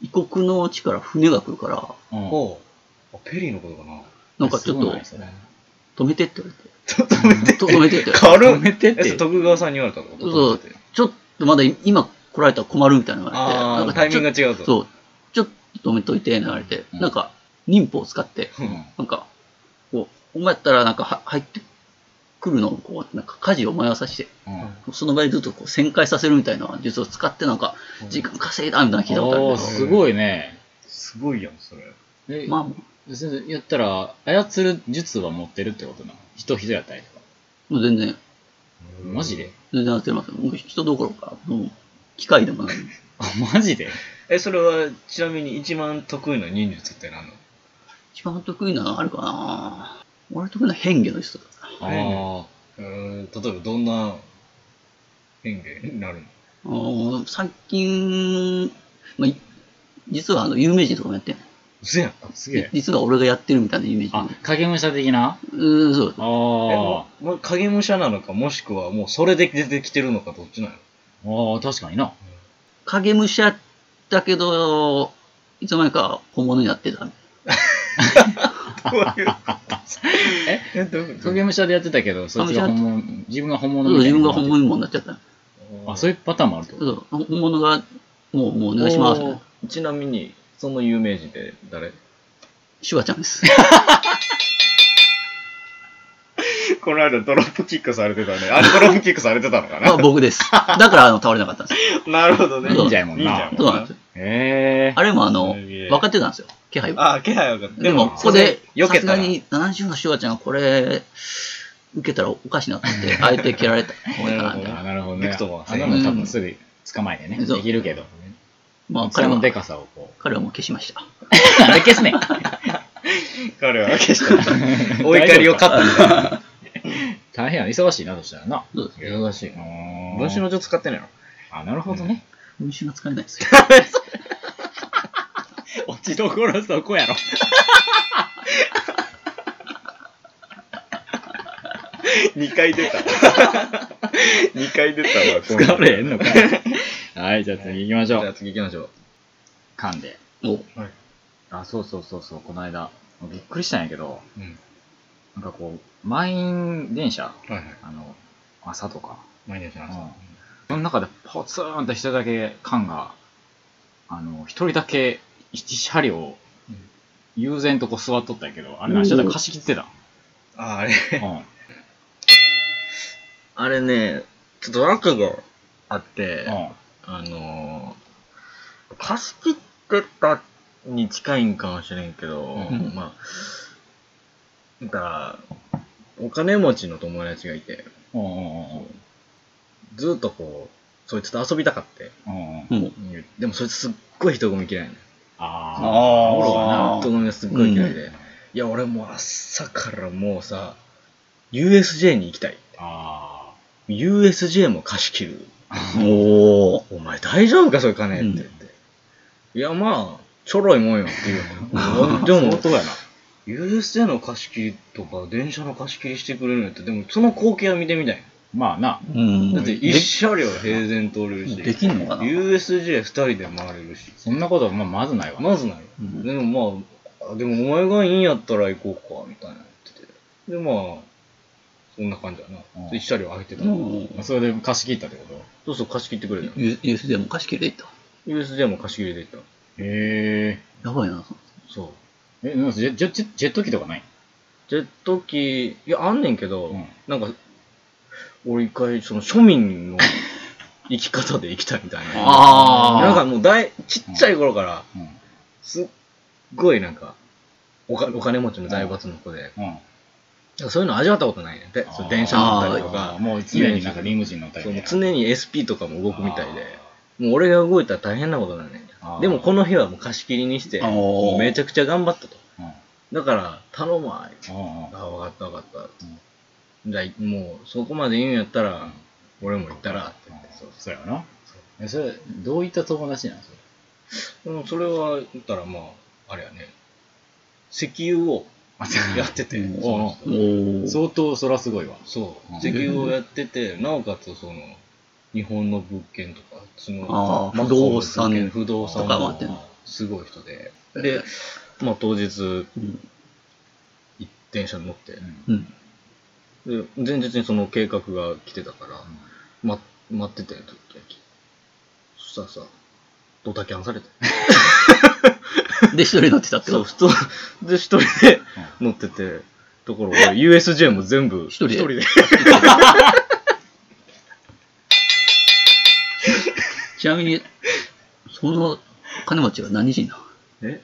Speaker 1: 異国の地から船が来るから、
Speaker 3: うん
Speaker 2: ほうあペリーのことかな。
Speaker 1: なんかちょっ
Speaker 3: そう
Speaker 1: と
Speaker 3: なんやそれ
Speaker 1: 止めてって言われて。
Speaker 2: 止めてって。
Speaker 1: 止めてって
Speaker 2: 軽っ
Speaker 3: 止めてって
Speaker 2: えそう徳川さんに言われたこと
Speaker 1: そう
Speaker 2: 止めてって
Speaker 1: ちょっとまだ今来られたら困るみたいなの言われて。
Speaker 2: あー
Speaker 1: なんか
Speaker 2: タイミングが
Speaker 1: ちょ
Speaker 2: 違うと
Speaker 1: そう。ちょっと止めといて、言われて。
Speaker 3: うん
Speaker 1: なんか、忍法を使って、
Speaker 2: うん
Speaker 1: なんか、こう、お前やったらなんかは入ってくるのをこう、なんか火事を燃やさせて、その場でずっとこう旋回させるみたいな術を使ってなんか、時間稼いだみたいなの聞いたことある
Speaker 3: お
Speaker 1: け
Speaker 3: ー
Speaker 1: ど。
Speaker 3: すごいね。
Speaker 2: すごいやん、それ。
Speaker 3: え
Speaker 1: ま
Speaker 3: 先生言ったら、操る術は持ってるってことなの人人やったりとか。
Speaker 1: あ、もう全然、
Speaker 3: マジで
Speaker 1: 全然やってますよ。もう人どころか、もう機械でもない。
Speaker 3: あ、マジで
Speaker 2: え、それは、ちなみに一番得意な忍術って何なの
Speaker 1: 一番得意なのあるかな俺得意な変化の人だか
Speaker 3: あ
Speaker 2: あ
Speaker 3: あ
Speaker 2: ーうーん、例えばどんな変化になるの
Speaker 1: ら。あー最近、まあ、い実はあの有名人とかもやってんの
Speaker 2: 嘘やん。
Speaker 3: ー、すげえ。
Speaker 1: 実は俺がやってるみたいなイメージ。
Speaker 3: あ、影武者的な
Speaker 1: うーん、そう
Speaker 3: あ。
Speaker 2: えも
Speaker 3: あ
Speaker 2: うもう影武者なのか、もしくはもうそれで出てきてるのか、どっちなの
Speaker 3: ああ、確かにな。
Speaker 1: 影武者だけど、いつの間にか本物になってた。
Speaker 2: どういう
Speaker 3: え
Speaker 2: え、どういうこと
Speaker 3: 影武者でやってたけど、そいつが本物、自分が本物
Speaker 1: そう
Speaker 3: みたい
Speaker 1: 自分が
Speaker 3: な
Speaker 1: 本物にもなっちゃった。
Speaker 3: あ、そういうパターンもあるってこと
Speaker 1: そう本物が、もう、もうお願いします。
Speaker 2: おーちなみに、その有名人って誰
Speaker 1: シュワちゃんです。
Speaker 2: この間ドロップキックされてたね。あれドロップキックされてたのか
Speaker 1: あ僕です。だからあの倒れなかったんです。
Speaker 2: なるほどね。
Speaker 1: 忍
Speaker 3: 者やもんな
Speaker 1: そうなんですよ。
Speaker 3: へえ。
Speaker 1: あれもあの、
Speaker 2: すげえ
Speaker 1: 分かってたんですよ。気配は。
Speaker 2: あ、気配は分かった。
Speaker 1: でも、ここで、
Speaker 2: 避
Speaker 1: さ
Speaker 2: け
Speaker 1: す
Speaker 2: た
Speaker 1: が
Speaker 2: ら。
Speaker 1: に70のシュワちゃんがこれ、受けたらおかしいなと思って、あえて蹴られた方がいいかなみたい
Speaker 3: あ
Speaker 1: な。
Speaker 3: なるほど
Speaker 2: び
Speaker 3: ね
Speaker 2: く。とも
Speaker 3: あんなの多分すぐ捕まえてね、
Speaker 1: うんそう
Speaker 3: できるけど。
Speaker 1: まあ、
Speaker 3: そ
Speaker 1: 彼
Speaker 3: の
Speaker 1: は、
Speaker 3: でかさをこ
Speaker 1: 彼はもう消しました。
Speaker 3: う。なんで消すねん
Speaker 2: 彼は消した。お怒りを勝った。
Speaker 3: 大変や、忙しいな、としたらな。
Speaker 1: そうです
Speaker 2: 忙しい。
Speaker 3: 分
Speaker 2: 分子の女使って ないの
Speaker 3: あ、なるほどね。
Speaker 1: 文春が使えないですよ。
Speaker 3: 落ちどころそこやろ。
Speaker 2: ?2 回 出た。2回出たわ。
Speaker 3: 使われへんのかい。はい、じゃあ次行きまし
Speaker 2: じ
Speaker 3: ょ
Speaker 2: ゃあ
Speaker 3: う。
Speaker 2: 次行きましょう。
Speaker 3: 噛んで。
Speaker 1: もう、
Speaker 3: あ、そうそうそうそう、この間。びっくりしたんやけど、
Speaker 2: うん。
Speaker 3: なんかこう、満員電車、
Speaker 2: はいはい。
Speaker 3: あの、朝とか、
Speaker 2: 毎日の
Speaker 3: うん
Speaker 2: 朝。
Speaker 3: その中でポツンと一人だけ缶が、あの、一人だけ一車両
Speaker 2: うん、
Speaker 3: 悠然とこう座っとったんやけど、あれ何してた
Speaker 1: うん
Speaker 3: 貸し切ってた。
Speaker 2: あ、あれ。
Speaker 3: うん。
Speaker 2: あれね、ちょっと訳があって、
Speaker 3: うん
Speaker 2: あのー、貸し切ってたに近いんかもしれんけど、
Speaker 3: うん
Speaker 2: まあ、だから、お金持ちの友達がいて、
Speaker 3: うんうん
Speaker 2: ずっとこう、そいつと遊びたかって。
Speaker 3: うんうん。
Speaker 1: もう、
Speaker 2: でもそいつすっごい人混み嫌いなの。
Speaker 3: あ
Speaker 1: ー
Speaker 3: あ、おもろいな。
Speaker 1: あー
Speaker 2: 人混みがすっごい嫌いで。
Speaker 3: う
Speaker 2: い
Speaker 3: ん
Speaker 2: や、俺もう朝からもうさ、USJ に行きたい。
Speaker 3: あ
Speaker 2: USJ も貸し切る。
Speaker 1: おー。
Speaker 2: お前大丈夫か、それ金って
Speaker 1: うん
Speaker 2: 言って。いや、まあ、ちょろいもんよっていう の。
Speaker 3: あ。
Speaker 2: でも
Speaker 3: 相、当やな。
Speaker 2: USJ の貸し切りとか、電車の貸し切りしてくれるのって、でもその光景は見てみたい。
Speaker 3: まあな。
Speaker 1: うん。
Speaker 2: だって
Speaker 1: で
Speaker 2: 一車両平然通れるし、
Speaker 1: できんのかな
Speaker 2: USJ2 人で回れるし。
Speaker 3: そんなことはまあまずないわ。
Speaker 2: まずない。
Speaker 1: うん
Speaker 2: でもまあ、あでもお前がいいんやったら行こうか、みたいな言ってて。で、まあ、そんな感じやな。
Speaker 3: うん
Speaker 2: 一車両空いてた。
Speaker 1: もう、
Speaker 3: それで貸し切ったってこと
Speaker 2: そうそう、貸し切ってくれた。
Speaker 1: U- USJ も貸し切りでいった。
Speaker 2: USJ も貸し切りで行った。
Speaker 3: へ
Speaker 1: やばいな。
Speaker 2: そう。
Speaker 3: え。え、なんかジェジェジェジェット機とかない
Speaker 2: ジェット機、いや、あんねんけど、
Speaker 3: うん
Speaker 2: なんか、俺一回、その庶民 の生き方で生きたみたいな。
Speaker 1: あー
Speaker 2: なんかもう大、ちっちゃい頃から、
Speaker 3: うん。
Speaker 2: すっごいなんか、おかお金持ちの財閥の子で、
Speaker 3: うん。
Speaker 2: なんかそういうの味わったことないね。でそう電車乗ったりと
Speaker 3: あ
Speaker 2: か
Speaker 3: ー、もう常になんかリムジン乗ったり
Speaker 2: そう
Speaker 3: み
Speaker 2: もう
Speaker 3: たいな
Speaker 2: 常に SP とかも動くみたいで、もう俺が動いたら大変なことなんねん
Speaker 3: あー
Speaker 2: でもこの日はもう貸し切りにして、
Speaker 1: あー
Speaker 2: もうめちゃくちゃ頑張ったと。
Speaker 3: あー
Speaker 2: だから、頼むわ、
Speaker 3: うんうんうん
Speaker 2: あ、分かった分かった。じゃあ、もう、そこまで言うんやったら、俺も行ったら、って言って。そう
Speaker 3: そうやなえそれどういった友達なんそれ
Speaker 2: そう。でもそれは、言ったらまあ、あれやね、石油をやってて、
Speaker 1: うん
Speaker 2: その
Speaker 1: お
Speaker 2: 人
Speaker 1: ー。
Speaker 3: 相当そらすごいわ
Speaker 2: そう
Speaker 3: うん
Speaker 2: 石油をやってて、なおかつ、その、日本の物件とか、そ
Speaker 1: あ
Speaker 2: の、
Speaker 1: ー不動産
Speaker 2: マカオの物件不動産
Speaker 1: とかもあってね
Speaker 2: すごい人で。で、まあ当日、
Speaker 1: うん。
Speaker 2: 電車に乗って、
Speaker 1: うん。
Speaker 2: で前日にその計画が来てたから、ま、待ってたよ時々そしたらさドタキャンされて
Speaker 1: で、一人乗ってたって
Speaker 2: そう
Speaker 1: こと
Speaker 2: 普通で一人で乗っててところ俺 USJ も全部
Speaker 1: 一人で
Speaker 2: で
Speaker 1: ちなみに、その金持ちは何人なの
Speaker 2: え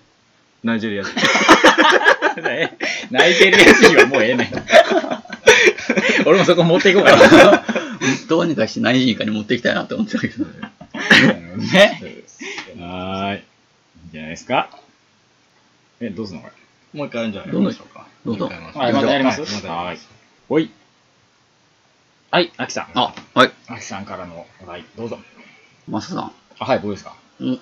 Speaker 2: ナイジェリア人
Speaker 3: 泣いてるやつにはもうええ ねん。俺もそこ持っていこうかな。
Speaker 1: どうにかして何人かに持っていきたいなって思ってたけど、
Speaker 3: ね。はーい。いいんじゃないですか。え、どうすんのこれ。
Speaker 2: もう一回やるんじゃない
Speaker 1: どうぞ
Speaker 2: でしょうか
Speaker 1: どうぞ
Speaker 2: も一回やりましょう
Speaker 3: はい、またやります。
Speaker 2: は
Speaker 3: はいい。おい。はい、アキさん。
Speaker 1: あ、はい、
Speaker 3: アキさんからのお題、どうぞ。
Speaker 1: マサさ
Speaker 3: あはい、どうですか。
Speaker 1: ん。うん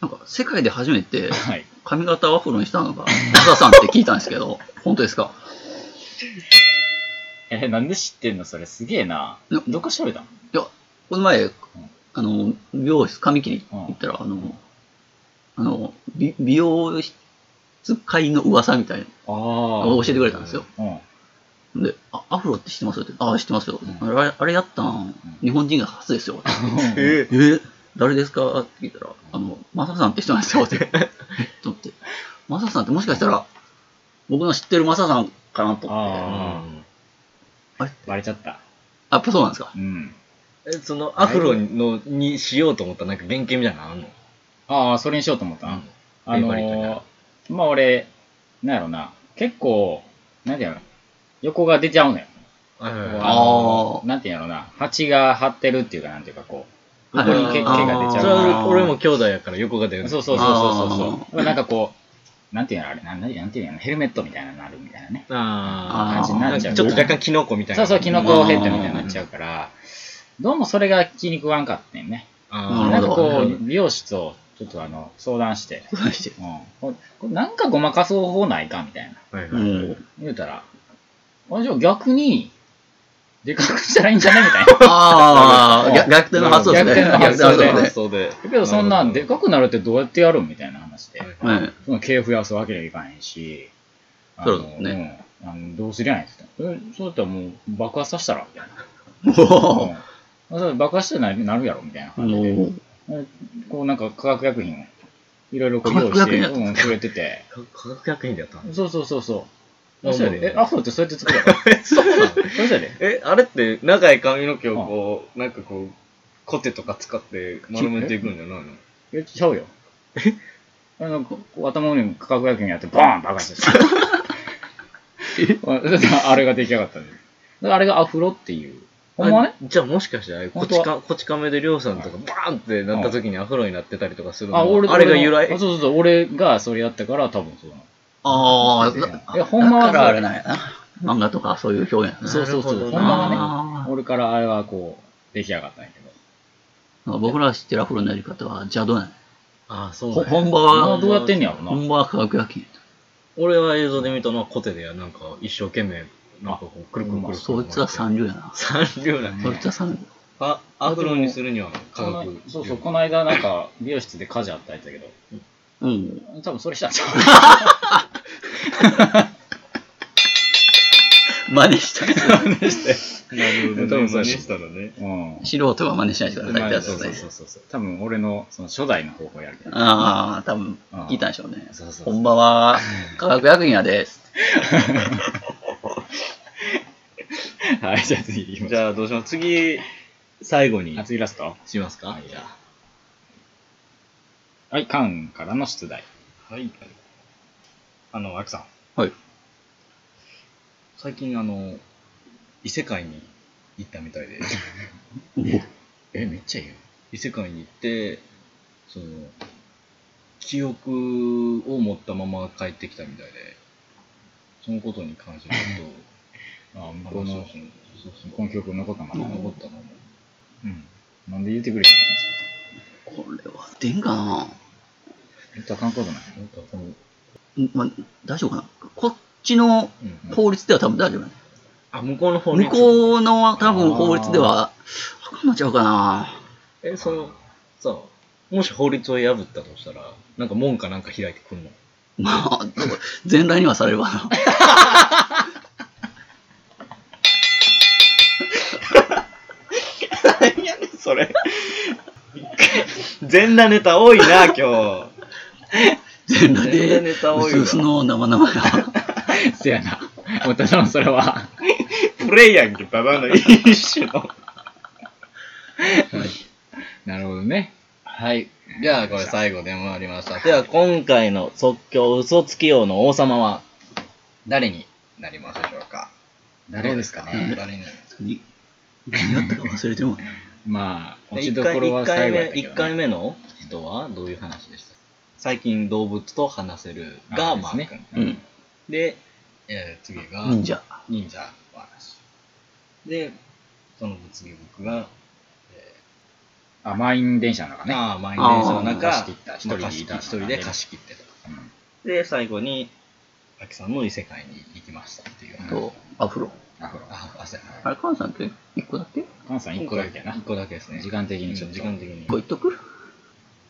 Speaker 1: なんか、世界で初めて
Speaker 3: はい。
Speaker 1: 髪型をアフロにしたのが、マサさんって聞いたんですけど、本当ですか
Speaker 3: え、なんで知ってんのそれすげえな
Speaker 1: よ。
Speaker 3: どこ調べたの
Speaker 1: いや、この前、あの、美容室、髪切り行ったら、あの、あの、美美容室会の噂みたいな
Speaker 3: あ
Speaker 1: のを教えてくれたんですよ。
Speaker 3: うん。
Speaker 1: で、あアフロって知ってますよって、ああ、知ってますよ。
Speaker 3: う
Speaker 1: あれあれやったん、日本人が初ですよ。
Speaker 2: え
Speaker 1: えー誰ですかって聞いたら、あの、マサさんって人なんですよって。えっと思って、マサさんってもしかしたら、僕の知ってるマサさんかなと思って。
Speaker 3: あ
Speaker 1: あ
Speaker 3: あ
Speaker 1: れ。
Speaker 3: バレちゃった。
Speaker 1: あ、やっぱそうなんですか。
Speaker 3: うん。
Speaker 2: えそのアフロのにしようと思ったなんか原型みたいなのあんの
Speaker 3: ああ、それにしようと思ったな。
Speaker 2: うん
Speaker 3: あの
Speaker 2: フェイバリットにな
Speaker 3: ー
Speaker 2: る、
Speaker 3: まあ俺、なんやろな、結構、なんていうの、横が出ちゃうのよ。
Speaker 2: はいはい
Speaker 3: こう
Speaker 2: はい
Speaker 3: あ
Speaker 1: あ
Speaker 3: の
Speaker 1: ー
Speaker 3: ーなんていうんやろな、蜂が張ってるっていうか、なんていうか、こう、
Speaker 1: はい
Speaker 3: 横に毛毛が出ち
Speaker 2: それ
Speaker 3: ゃう
Speaker 1: あ
Speaker 2: は俺も兄弟やから横が出る
Speaker 3: な。そうそうそうそうそうそう。なんかこう、なんていうのあれ、なんなんなんていうのヘルメットみたいなのあるみたいなね。
Speaker 2: ああ
Speaker 1: 感じにな
Speaker 3: っちゃう
Speaker 2: ちょっと若干キノコみたい
Speaker 3: そ
Speaker 2: な
Speaker 3: うそう、キノコヘッドみたいになっちゃうから、どうもそれが気に食わんかってんね。
Speaker 1: な
Speaker 3: なん
Speaker 1: る
Speaker 3: か
Speaker 1: ほ
Speaker 2: ど
Speaker 1: ど
Speaker 3: こう、美容室をちょっとあの、相談して、
Speaker 1: そうして。
Speaker 3: うんここれ、なんかごまかす方法ないかみたいな。
Speaker 2: はい
Speaker 1: も、
Speaker 2: はいはいう
Speaker 3: 言うたら、あじゃあ逆に、でかくしたらいいんじゃない みたいな。
Speaker 1: ああ、 逆逆転の発想ですね。
Speaker 3: 逆転の発
Speaker 1: 逆
Speaker 3: 想で
Speaker 1: 転の
Speaker 2: 発
Speaker 1: 発想
Speaker 2: 想で
Speaker 3: だけどそんなんでかくなるってどうやってやるんみたいな話で、
Speaker 2: はい
Speaker 1: ね
Speaker 3: その経費増やすわけにはいかへんし、あ
Speaker 1: そ
Speaker 3: の
Speaker 1: うですね
Speaker 3: うんあのどうすりゃいいんですかえそうだったらもう爆発させたらみたいな。
Speaker 1: も
Speaker 3: うんそう爆発してななるやろみたいな
Speaker 1: う、
Speaker 3: 感じで、
Speaker 1: も
Speaker 3: こうなんか化学薬品をいろいろこう
Speaker 1: 化
Speaker 3: 用意
Speaker 1: 学
Speaker 3: して、
Speaker 1: 薬品やった
Speaker 3: うん、くれてて、
Speaker 2: 科学薬品でやったの
Speaker 3: そうそうそうそう。
Speaker 2: あ
Speaker 3: そしたら
Speaker 2: まあまあ
Speaker 3: え、アフロってそうやって作る やろ
Speaker 2: そうなの
Speaker 3: そうしたらね
Speaker 2: えあれって長い髪の毛をこうなんかこうコテとか使って丸めていくんじゃないの
Speaker 3: え、ちゃうよ。あの、ここう頭に化学薬品やって、ボーン爆発した。 あれが出来上がったんです。だからあれがアフロっていう。ほんまね
Speaker 2: あじゃあもしかしてあれこ
Speaker 3: 本
Speaker 2: ち
Speaker 3: 当
Speaker 2: かこち亀でりょうさんとかバーンってなった時にアフロになってたりとかするの
Speaker 3: あ、俺
Speaker 2: あれが由来
Speaker 3: 俺のあそうそうそう、俺がそれやったから多分そうな
Speaker 1: う、
Speaker 3: の。
Speaker 1: あ
Speaker 3: いや
Speaker 1: あ、
Speaker 3: ほんまは
Speaker 1: だからあれなんやな。漫画とかそういう表現。
Speaker 3: そうそうそ
Speaker 2: なる
Speaker 3: う。
Speaker 2: ほど
Speaker 3: ほ
Speaker 2: なん
Speaker 3: まは
Speaker 1: あ
Speaker 3: ね、
Speaker 1: ー
Speaker 3: 俺からあれはこう、出来上がったんやけど。
Speaker 1: 僕ら知ってるアフロのやり方は邪道やね。
Speaker 2: あそう
Speaker 1: ほ
Speaker 2: なんや
Speaker 1: 本場
Speaker 3: あ
Speaker 1: は、
Speaker 3: どうやってんねやろな。
Speaker 1: 本場は科学薬品や
Speaker 2: 俺は映像で見たのはコテでなんか一生懸命なんかこうくるくるくるくる
Speaker 1: と。そいつは三流やな。
Speaker 2: 三流なん
Speaker 1: そいつは三流。
Speaker 2: あアフロにするには科
Speaker 3: こ
Speaker 2: 学
Speaker 3: のそうそう、この間なんか美容室で火事あったやつだけど、
Speaker 1: うん。
Speaker 3: 多分それしたんちゃう
Speaker 1: 真似したい。
Speaker 2: なる
Speaker 3: 多分そう
Speaker 2: たらね
Speaker 3: うん。
Speaker 1: 素人は真似しないでくださいってやつ
Speaker 3: そうそう
Speaker 1: です
Speaker 3: そ
Speaker 1: ね。
Speaker 3: うそう。多分俺のその初代の方法やるけど。
Speaker 1: ああ、多分聞いたんでしょうね。
Speaker 2: そうそう
Speaker 1: 本場は科学薬品やで。
Speaker 3: はい、じゃあ次行きまし
Speaker 2: じ
Speaker 3: ょ
Speaker 2: ゃあどうします次最後に
Speaker 3: う。あ、次ラスト
Speaker 2: しますか
Speaker 3: はい、じゃあ。はい、カンからの出題。
Speaker 2: はいあのアキさん
Speaker 1: はい。
Speaker 2: 最近あの異世界に行ったみたいで
Speaker 3: え、めっちゃいいよ。
Speaker 2: 異世界に行ってその記憶を持ったまま帰ってきたみたいでそのことに関してちょっ
Speaker 3: あ、
Speaker 2: と
Speaker 3: こ
Speaker 2: 話
Speaker 3: の
Speaker 2: を、しようそうそう
Speaker 3: この曲残ったまだ。
Speaker 2: 残ったのも
Speaker 3: うん。なんで言ってくれへん
Speaker 1: これは出んかな
Speaker 3: の歌観光じゃない
Speaker 2: なんかこの、
Speaker 1: んまあ、大丈夫かなこっちの
Speaker 2: うん
Speaker 1: 法律では多分大丈夫だね。
Speaker 2: あ向こうの方に
Speaker 1: 向こうの多分法律では、あかんなっちゃうかな。
Speaker 2: えそのさもし法律を破ったとしたらなんか門かなんか開いてくんの
Speaker 1: まあ、でも全裸にはされるわな。
Speaker 2: それ。全裸ネタ多いな、今日。
Speaker 1: 全裸
Speaker 2: 全
Speaker 1: で、
Speaker 2: 裸ネタ多いわ
Speaker 1: うすうすの生々や。
Speaker 3: せやな。もうただのそ れは。
Speaker 2: プレイやんけ、ただの一種の。
Speaker 3: なるほどね。
Speaker 2: はい。じゃあ、これ最後でもありました。では、今回の即興嘘つき王の王様は、誰になりますでしょうか
Speaker 3: 誰ですか
Speaker 2: 誰に
Speaker 3: ね。
Speaker 2: なります
Speaker 1: に何やったか忘れてもね。
Speaker 3: まあ、落ち
Speaker 2: 一
Speaker 3: ど
Speaker 2: 回
Speaker 3: ころ
Speaker 2: 一
Speaker 3: は最
Speaker 2: 回
Speaker 3: 後やっ
Speaker 2: 目
Speaker 3: たけ
Speaker 2: 一
Speaker 3: ど、
Speaker 2: 回
Speaker 3: ね。
Speaker 2: 目の人はどういう話でした最近動物と話せるが
Speaker 3: あ
Speaker 2: マー君。
Speaker 1: うん。
Speaker 2: で、えー次が
Speaker 1: 忍者。
Speaker 2: 忍者の話。で、その次僕が、
Speaker 3: あ、満員電車の中ね。
Speaker 2: ああ、満員電車の中、
Speaker 3: あー貸し切った一人で
Speaker 2: まあ貸し切
Speaker 3: いた
Speaker 2: 一人で貸し切ってた。
Speaker 3: うん
Speaker 2: で、最後に、アキさんの異世界に行きましたっていう話。
Speaker 1: と、アフロ。
Speaker 3: アフロ。
Speaker 2: あ、あ、そうや
Speaker 1: あれ、カンさんって一個だけ
Speaker 3: 関さん1個だけやな
Speaker 2: 一。個だけですね。
Speaker 3: 時間的にちょっと
Speaker 2: 時間的に
Speaker 1: 一。個言っとく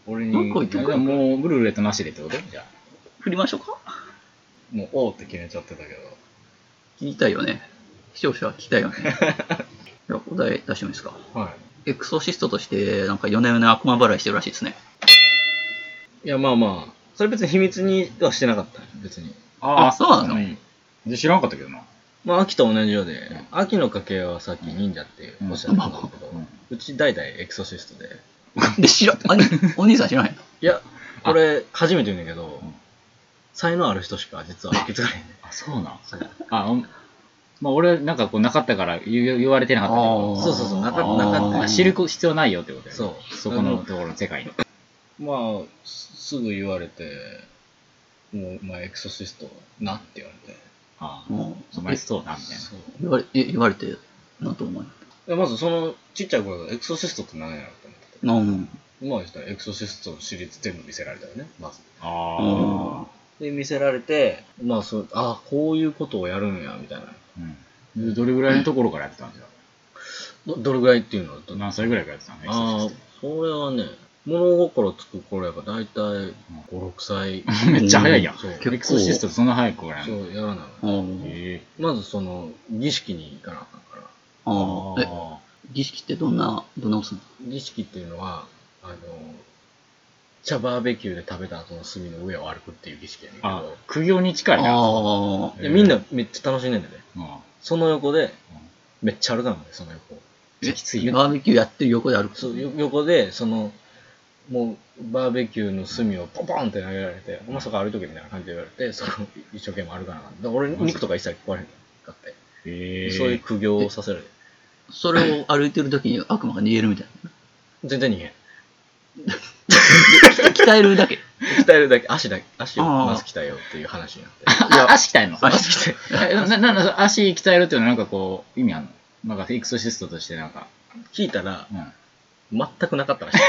Speaker 2: 俺
Speaker 1: もう一個
Speaker 2: に
Speaker 1: 言っ、とく
Speaker 3: じゃあもう、ブルーレットなしでってことじゃあ。
Speaker 1: 振りましょうか
Speaker 2: もう、おうって決めちゃってたけど。
Speaker 1: 聞きたいよね。視聴者は聞きたい よね。じゃあお題出してもいいですか
Speaker 2: は
Speaker 1: エクソシストとして、なんか4年目の悪魔払いしてるらしいですね。
Speaker 2: い。いや、まあまあ、それ別に秘密にはしてなかった、別に。
Speaker 1: あそうなの
Speaker 3: んで知らんかったけどな。
Speaker 2: まあ、秋と同じようで、秋の家系はさっき忍者っておっしゃってたんだけど、
Speaker 3: うん
Speaker 2: うち代々エクソシストで。
Speaker 1: で、知らん、あお兄さん知らない
Speaker 2: いや、これ、初めて言うんだけど、才能ある人しか実は受け継がれ へんね。
Speaker 3: あ、そうなん。あ、うんまあ俺、なんかこう、なかったから言う言われてなかったけ
Speaker 1: あー
Speaker 3: ど、
Speaker 2: そうそうそうなかった
Speaker 3: あー
Speaker 2: なかった
Speaker 3: あ知る必要ないよってことやね
Speaker 2: そう
Speaker 3: そこのところの世界の。
Speaker 2: まあ、すすぐ言われて、もう、まあ、エクソシストなって言われて。
Speaker 3: ああ、
Speaker 1: も
Speaker 3: お
Speaker 1: う
Speaker 3: 前、そうな、みたいな。
Speaker 2: そう
Speaker 1: 言われえ言われて、なんと思う
Speaker 2: でまずそのちっちゃい声がエクソシストって何やろうと思って
Speaker 1: うん。
Speaker 2: て。まあ、したらエクソシストのシリーズ全部見せられたよね、まず。
Speaker 3: あ
Speaker 2: で、見せられて、まあ、そう、あこういうことをやるんや、みたいな。
Speaker 3: あ、うん。でどれぐらいのところからやってたんじゃ
Speaker 2: どどれぐらいっていうのだと
Speaker 3: あ何歳ぐらいからやってたのエク
Speaker 2: あ
Speaker 3: ソ
Speaker 2: あ、それはね、物心つく頃やから大体5、6歳。
Speaker 3: シストめっちゃ早いやん。
Speaker 2: そう
Speaker 1: 結構
Speaker 3: エクソシストそんな早い子らや
Speaker 2: そ
Speaker 3: ん。
Speaker 2: う、やらない。
Speaker 1: うん
Speaker 3: え
Speaker 2: まずその、儀式に行かなあかんから。
Speaker 1: あ
Speaker 3: あ
Speaker 1: ーえ
Speaker 3: ー
Speaker 1: 儀式ってどんな、どんなおすんの
Speaker 2: 儀式っていうのは、あの、茶バーベキューで食べた後の炭の上を歩くっていう儀式やねんけ
Speaker 3: あ
Speaker 2: ど、
Speaker 3: 苦行に近いな。
Speaker 1: あ
Speaker 2: でみんなめっちゃ楽しんでんだよね。
Speaker 3: うんあ
Speaker 2: その横で、めっちゃ歩かんのね、その横を
Speaker 1: え
Speaker 3: きついよ
Speaker 1: バーベキューやってる横で歩く。
Speaker 2: そうよ横で、その、もう、バーベキューの炭をポンポンって投げられて、まさか歩いとけみたいな感じで言われて、その、一生懸命歩かなあかん。だから俺、肉とか一切食われへんかって、
Speaker 3: え
Speaker 2: そういう苦行をさせられて。
Speaker 1: それを歩いてる時に悪魔が逃げるみたいな。
Speaker 2: 全然逃げん。
Speaker 1: 鍛えるだけ。 い
Speaker 2: 鍛えるだけ、足だけ、足を
Speaker 1: あー
Speaker 2: まず鍛えようっていう話になって。
Speaker 3: あ足鍛えんの
Speaker 1: 足
Speaker 2: 鍛え
Speaker 3: えななな足鍛えるっていうのはなんかこう意味あるのなんかエクソシストとしてなんか、
Speaker 2: 聞いたら、
Speaker 3: うん、
Speaker 2: 全くなかったらしい。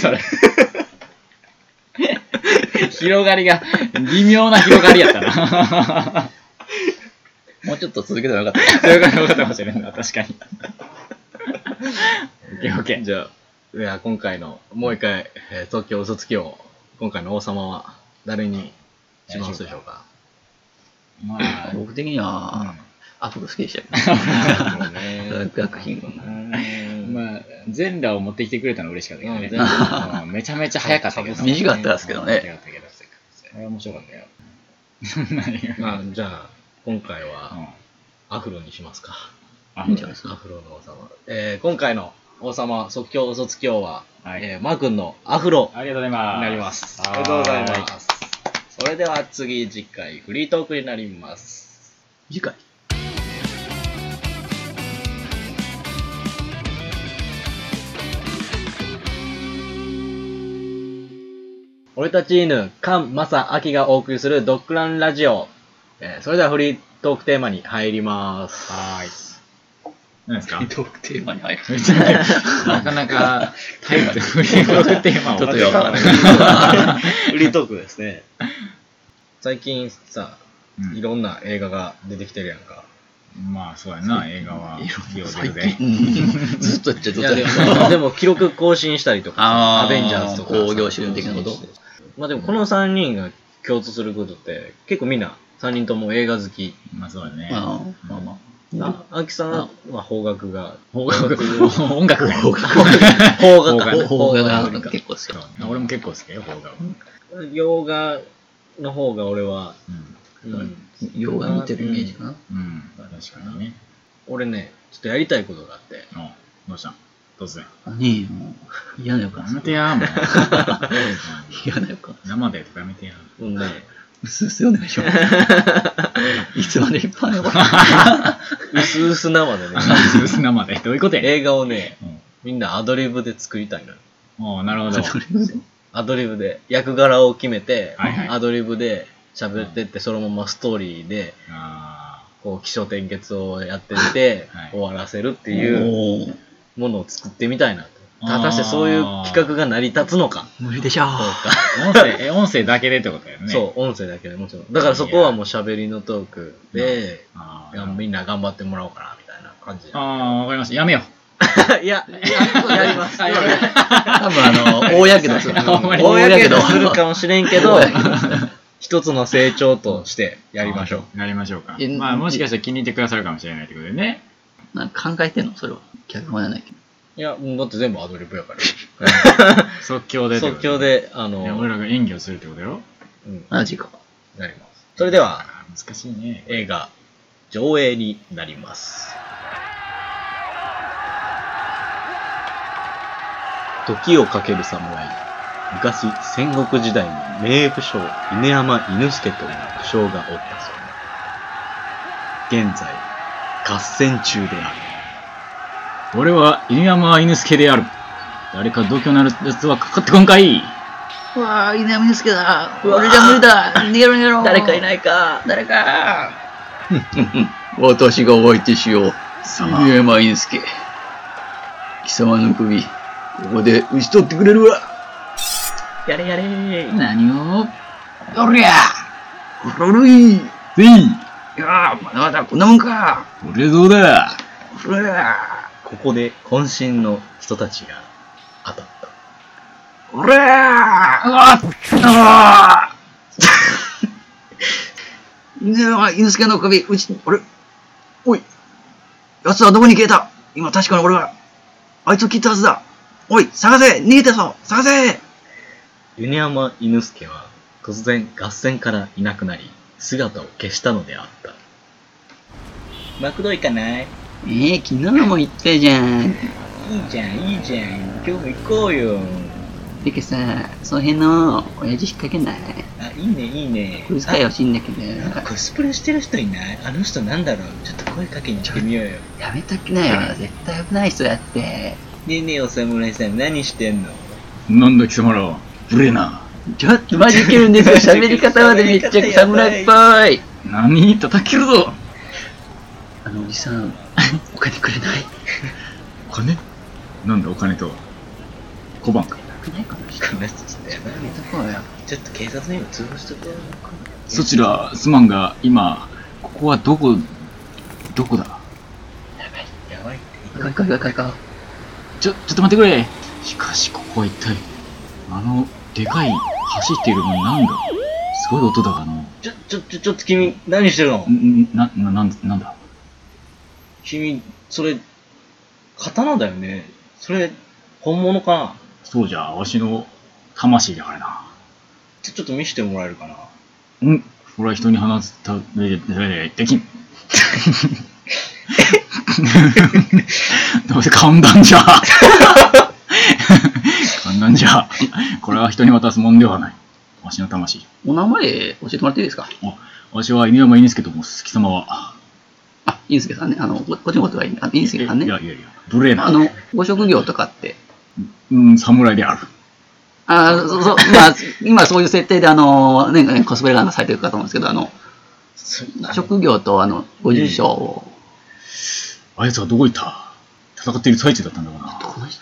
Speaker 3: それ 広がりが微妙な 広がりやったな
Speaker 2: もうちょっと続けてもよかった。
Speaker 3: そういうことかもしれんな確かにオッケーオッケー
Speaker 2: じゃあ、いや今回の、もう一回、えー東京嘘つきを、今回の王様は誰にしますでしょうか。
Speaker 3: まあ、
Speaker 1: 僕的には、アフロ好きでした けど、 学品。
Speaker 3: うんまあ全裸を持ってきてくれたの嬉しかったけどね
Speaker 2: うん全裸、
Speaker 3: うんめちゃめちゃ早かったけどな
Speaker 1: 短かったですけどね
Speaker 3: 短かったけどあれは面白かったよ何が
Speaker 2: まあ、じゃあ、今回
Speaker 3: う
Speaker 2: は
Speaker 3: ん
Speaker 2: アフロにしますか。
Speaker 3: あ
Speaker 1: いいんじゃないです
Speaker 2: ア
Speaker 1: か。
Speaker 2: フロの王様。えー今回の王様、即興嘘つき王は、
Speaker 3: はい
Speaker 2: えーマー君のアフロ
Speaker 3: ありがとうございます。
Speaker 2: になります。
Speaker 3: は
Speaker 2: あ
Speaker 3: い
Speaker 2: りがとうございます。それでは次、次回、フリートークになります。
Speaker 1: 次回。
Speaker 2: 俺たち犬、カン・マサ・アキがお送りするドッグランラジオ。えーそれではフリートークテーマに入ります。
Speaker 3: はーい。何ですか
Speaker 1: トークテーマに入る。
Speaker 3: なかなかタイプフリートークテーマを。
Speaker 1: ちょっとよくわかんない
Speaker 2: フリートークですね。最近さ、
Speaker 3: うん
Speaker 2: いろんな映画が出てきてるやんか。
Speaker 3: まあ、そうやな、映画は。よう出
Speaker 1: 最
Speaker 3: るで。
Speaker 1: 近、 ずっとやっちゃう
Speaker 2: い
Speaker 1: ずっ
Speaker 2: や
Speaker 1: と
Speaker 2: で
Speaker 1: や
Speaker 2: も
Speaker 1: っちゃう
Speaker 2: まあ、でも記録更新したりとかさ、
Speaker 1: あー
Speaker 2: アベンジャーズとかさ。
Speaker 1: 興行収入的なこと
Speaker 2: まあでもこの3人が共通することって、結構みんな3人とも映画好き
Speaker 3: まあ、そうやね。
Speaker 1: まあまあまあ。
Speaker 2: あ、アキさんはまあ邦楽が、
Speaker 3: 邦楽音楽が
Speaker 1: 邦画か。
Speaker 3: 邦画
Speaker 1: 邦画
Speaker 3: 邦
Speaker 1: が
Speaker 3: 画
Speaker 1: 結構好き。
Speaker 3: 俺も結構好きよ、邦画は。
Speaker 2: 洋画の方が俺は、
Speaker 3: うん。
Speaker 2: うん
Speaker 1: 洋画見てるイメージかな。
Speaker 3: うん。確かにね。
Speaker 2: 俺ね、ちょっとやりたいことがあって、
Speaker 3: おどうしたん突然。
Speaker 1: 何よ。嫌な予感
Speaker 3: や
Speaker 1: す
Speaker 3: め
Speaker 1: る
Speaker 3: て。や、 もう。
Speaker 1: 嫌な予感。
Speaker 3: 生でとかやめてや。
Speaker 2: うんね、
Speaker 1: うすうす読んでみま しょう。いつまで一般のこと。
Speaker 2: うすうす生 でね、
Speaker 3: 生で。どういうことやね
Speaker 2: 映画をね、
Speaker 3: ん。
Speaker 2: みんなアドリブで作りたいのよ。
Speaker 3: おなるほど。
Speaker 2: アドリブで、役柄を決めて、
Speaker 3: はいはい
Speaker 2: アドリブで喋ってって、そのままストーリーで、
Speaker 3: あ
Speaker 2: こう、起承転結をやってって、
Speaker 3: はい
Speaker 2: 終わらせるっていう
Speaker 1: おお。
Speaker 2: ものを作ってみたいなと。
Speaker 3: あー
Speaker 2: 果たしてそういう企画が成り立つのか。
Speaker 1: 無理で しょう。
Speaker 3: あ。音声、え、音声だけでってことやね。
Speaker 2: そう、音声だけでもちろん。だからそこはもう喋りのトークで、
Speaker 3: あ
Speaker 2: がみんな頑張ってもらおうかな、みたいな感じ。
Speaker 3: あ、わかりました。やめよ
Speaker 2: いや、やります。
Speaker 3: う。や
Speaker 1: 多分あ の、大やけどする。
Speaker 2: 大やけどするか
Speaker 1: も。
Speaker 2: もしれんけど、 一つの成長としてやりましょう。。
Speaker 3: やりましょうか
Speaker 1: え。
Speaker 3: まあ、もしかしたら気に入ってくださるかもしれないってことでね。
Speaker 1: なんか考えてんのそれは。脚本やないけど。
Speaker 2: いや、もうだって全部アドリブや から。
Speaker 3: 即興で。
Speaker 2: 即興。で、あの、
Speaker 3: 俺らが演技をするってことやろ
Speaker 2: うん、
Speaker 1: マジか。
Speaker 2: なります。それでは、
Speaker 3: 難しいね。
Speaker 2: 映画、上映になります。時をかける侍。昔、戦国時代に名武将、稲山犬助という武将がおったそうな。現在、合戦中である。
Speaker 3: 俺は犬山犬助である。誰か度胸のあるやつはかかってこんかい。
Speaker 1: うわぁ、稲山祐介だ。俺じゃ無理だ。逃げろ逃げろ。誰かいないか。誰か。私がお相手しよう。
Speaker 3: あ
Speaker 1: 杉山祐介。貴様の首、ここで打ち取ってくれるわ。やれやれ。
Speaker 3: 何を
Speaker 1: おりゃおるいい
Speaker 3: ぜい
Speaker 1: やまだまだこんなもんか
Speaker 3: 俺どうだ
Speaker 1: おりゃ
Speaker 2: ここで渾身の人たちが当たった。
Speaker 1: おりゃ
Speaker 3: ああ
Speaker 1: 犬は犬助の首、うち、あれおい奴はどこに消えた今確かに俺は、あいつを切ったはずだおい探せ逃げたぞ探せ
Speaker 2: 米山犬助は突然合戦からいなくなり姿を消したのであったマクド行かないい
Speaker 1: えー、昨日も言ったじゃん。
Speaker 2: いじゃんいいじゃん今日も行こうよ
Speaker 1: てかさ、その辺の親父引っ掛けない
Speaker 2: あいいねいいね
Speaker 1: 小遣い欲しいんだけど、
Speaker 2: あコスプレしてる人いないあの人なんだろうちょっと声かけに行ってみようよ
Speaker 1: やめときなよ。絶対危ない人だって。
Speaker 2: ねえねえお侍さん何してんの
Speaker 3: なんだ貴様ら無礼な
Speaker 1: ちょっとマジウケるんですよ。喋り方までめっちゃ侍っぽい。
Speaker 3: 何叩けるぞ
Speaker 1: あのおじさん、お金くれない
Speaker 3: お金なんだお金とは小判か
Speaker 1: くないかな人。
Speaker 2: こんな人ちょっとやばいね
Speaker 1: とこうよ。
Speaker 2: ちょっと警察にも通報しとこう
Speaker 3: そちらすまんが今ここはどこどこだ
Speaker 2: やばいって
Speaker 1: 行こう行こう行こう行こう。
Speaker 3: ちょちょっと待ってくれしかしここは一体あのでかい走っているのなんだすごい音だがの
Speaker 2: ちょちょちょちょっと君何してるの
Speaker 3: んんなななんなんだ
Speaker 2: 君それ刀だよねそれ本物かな
Speaker 3: そうじゃわしの魂だからな
Speaker 2: ちょちょっと見せてもらえるかな
Speaker 3: うん、俺は人に話すためで できん。どうせ簡単じゃ。簡単じゃ。これは人に渡すもんではない。わしの魂。
Speaker 1: お名前教えてもらっていいですか
Speaker 3: わしは犬山犬助と申す。貴様は。
Speaker 1: あ、インスケさんね。あの、ここっちのことはいいんだ。インスケさん
Speaker 3: いや
Speaker 1: ね。
Speaker 3: いやいや、無礼な。
Speaker 1: あの、ご職業とかって。
Speaker 3: うん、侍である。
Speaker 1: あーそうそう、まあ、今そういう設定で、あの、ね、ねコスプレがされてるかと思うんですけど、あの、
Speaker 2: そ
Speaker 1: 職業と、あの、ご住所を。
Speaker 3: あいつはどこ行った戦っている最中だったんだろうな。
Speaker 1: この人、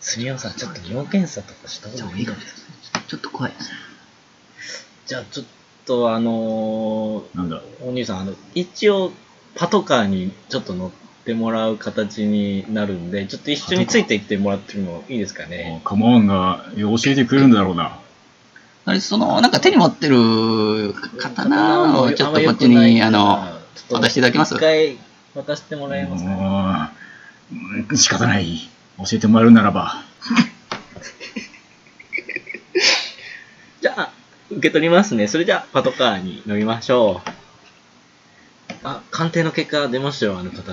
Speaker 2: すみませんちょっと尿検査とかした
Speaker 1: ちょっ
Speaker 2: 方が
Speaker 1: と
Speaker 2: い
Speaker 1: い
Speaker 2: い
Speaker 1: い
Speaker 2: か
Speaker 1: か
Speaker 2: も
Speaker 1: も
Speaker 2: し
Speaker 1: しれ
Speaker 2: れな
Speaker 1: ないいちょっと怖いですね。
Speaker 2: じゃあちょっとあの
Speaker 3: なんだ
Speaker 2: ー、お兄さんあの一応パトカーにちょっと乗ってもらう形になるんでちょっと一緒についていってもらってもいいですかね
Speaker 3: カマワンがいや教えてくれるんだろうな。
Speaker 1: あれ、その、なんか手に持ってる刀をちょっとこっち
Speaker 2: あんま良くない
Speaker 1: に、
Speaker 2: か
Speaker 1: あ
Speaker 2: ら
Speaker 1: の、
Speaker 2: ちょっと
Speaker 1: 渡していただけます
Speaker 2: 一回渡してもらえますか、
Speaker 3: もう、仕方ない。教えてもらえるならば。
Speaker 2: じゃあ、受け取りますね。それじゃあ、パトカーに乗りましょう。あ、鑑定の結果出ましたよ、あの方。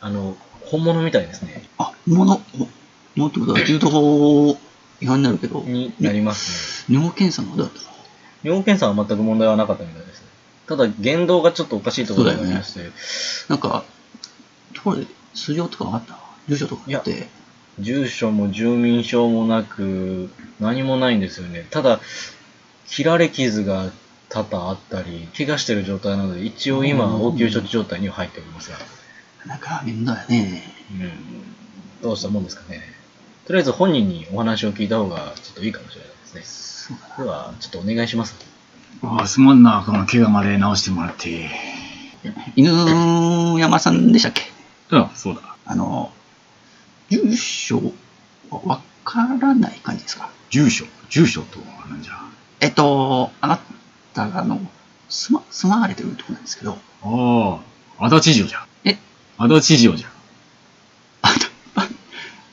Speaker 2: あの、本物みたいですね。
Speaker 1: あ、もの、ものってことは、重度法違反になるけど、
Speaker 2: になりますね。
Speaker 1: 尿検査のどうだったの
Speaker 2: 尿検査は全く問題はなかったみたいですね。ただ、言動がちょっとおかしいところがありまして、
Speaker 1: なんか、ところで、素性とか分かった住所とかって、
Speaker 2: 住所も住民証もなく、何もないんですよね。ただ、切られ傷が多々あったり、怪我してる状態なので、一応今、応急処置状態には入っておりますが。
Speaker 1: なんか面倒やね。
Speaker 2: うんどうしたもんですかね。とりあえず本人にお話を聞いた方がちょっといいかもしれないです
Speaker 1: そうだな。
Speaker 2: ね。では、ちょっとお願いします。
Speaker 3: ああ、すまんな。この怪我まで直してもらって。
Speaker 1: 犬山さんでしたっけ
Speaker 3: あそうだ。
Speaker 1: あの、住所は分からない感じですか
Speaker 3: 住所。住所とは何じゃ。
Speaker 1: えっと、あなたがあの住ま、住まわれてるとこなんですけど、
Speaker 3: ああ、足立城じゃ。
Speaker 1: え
Speaker 3: 足立城じゃ。
Speaker 1: あた、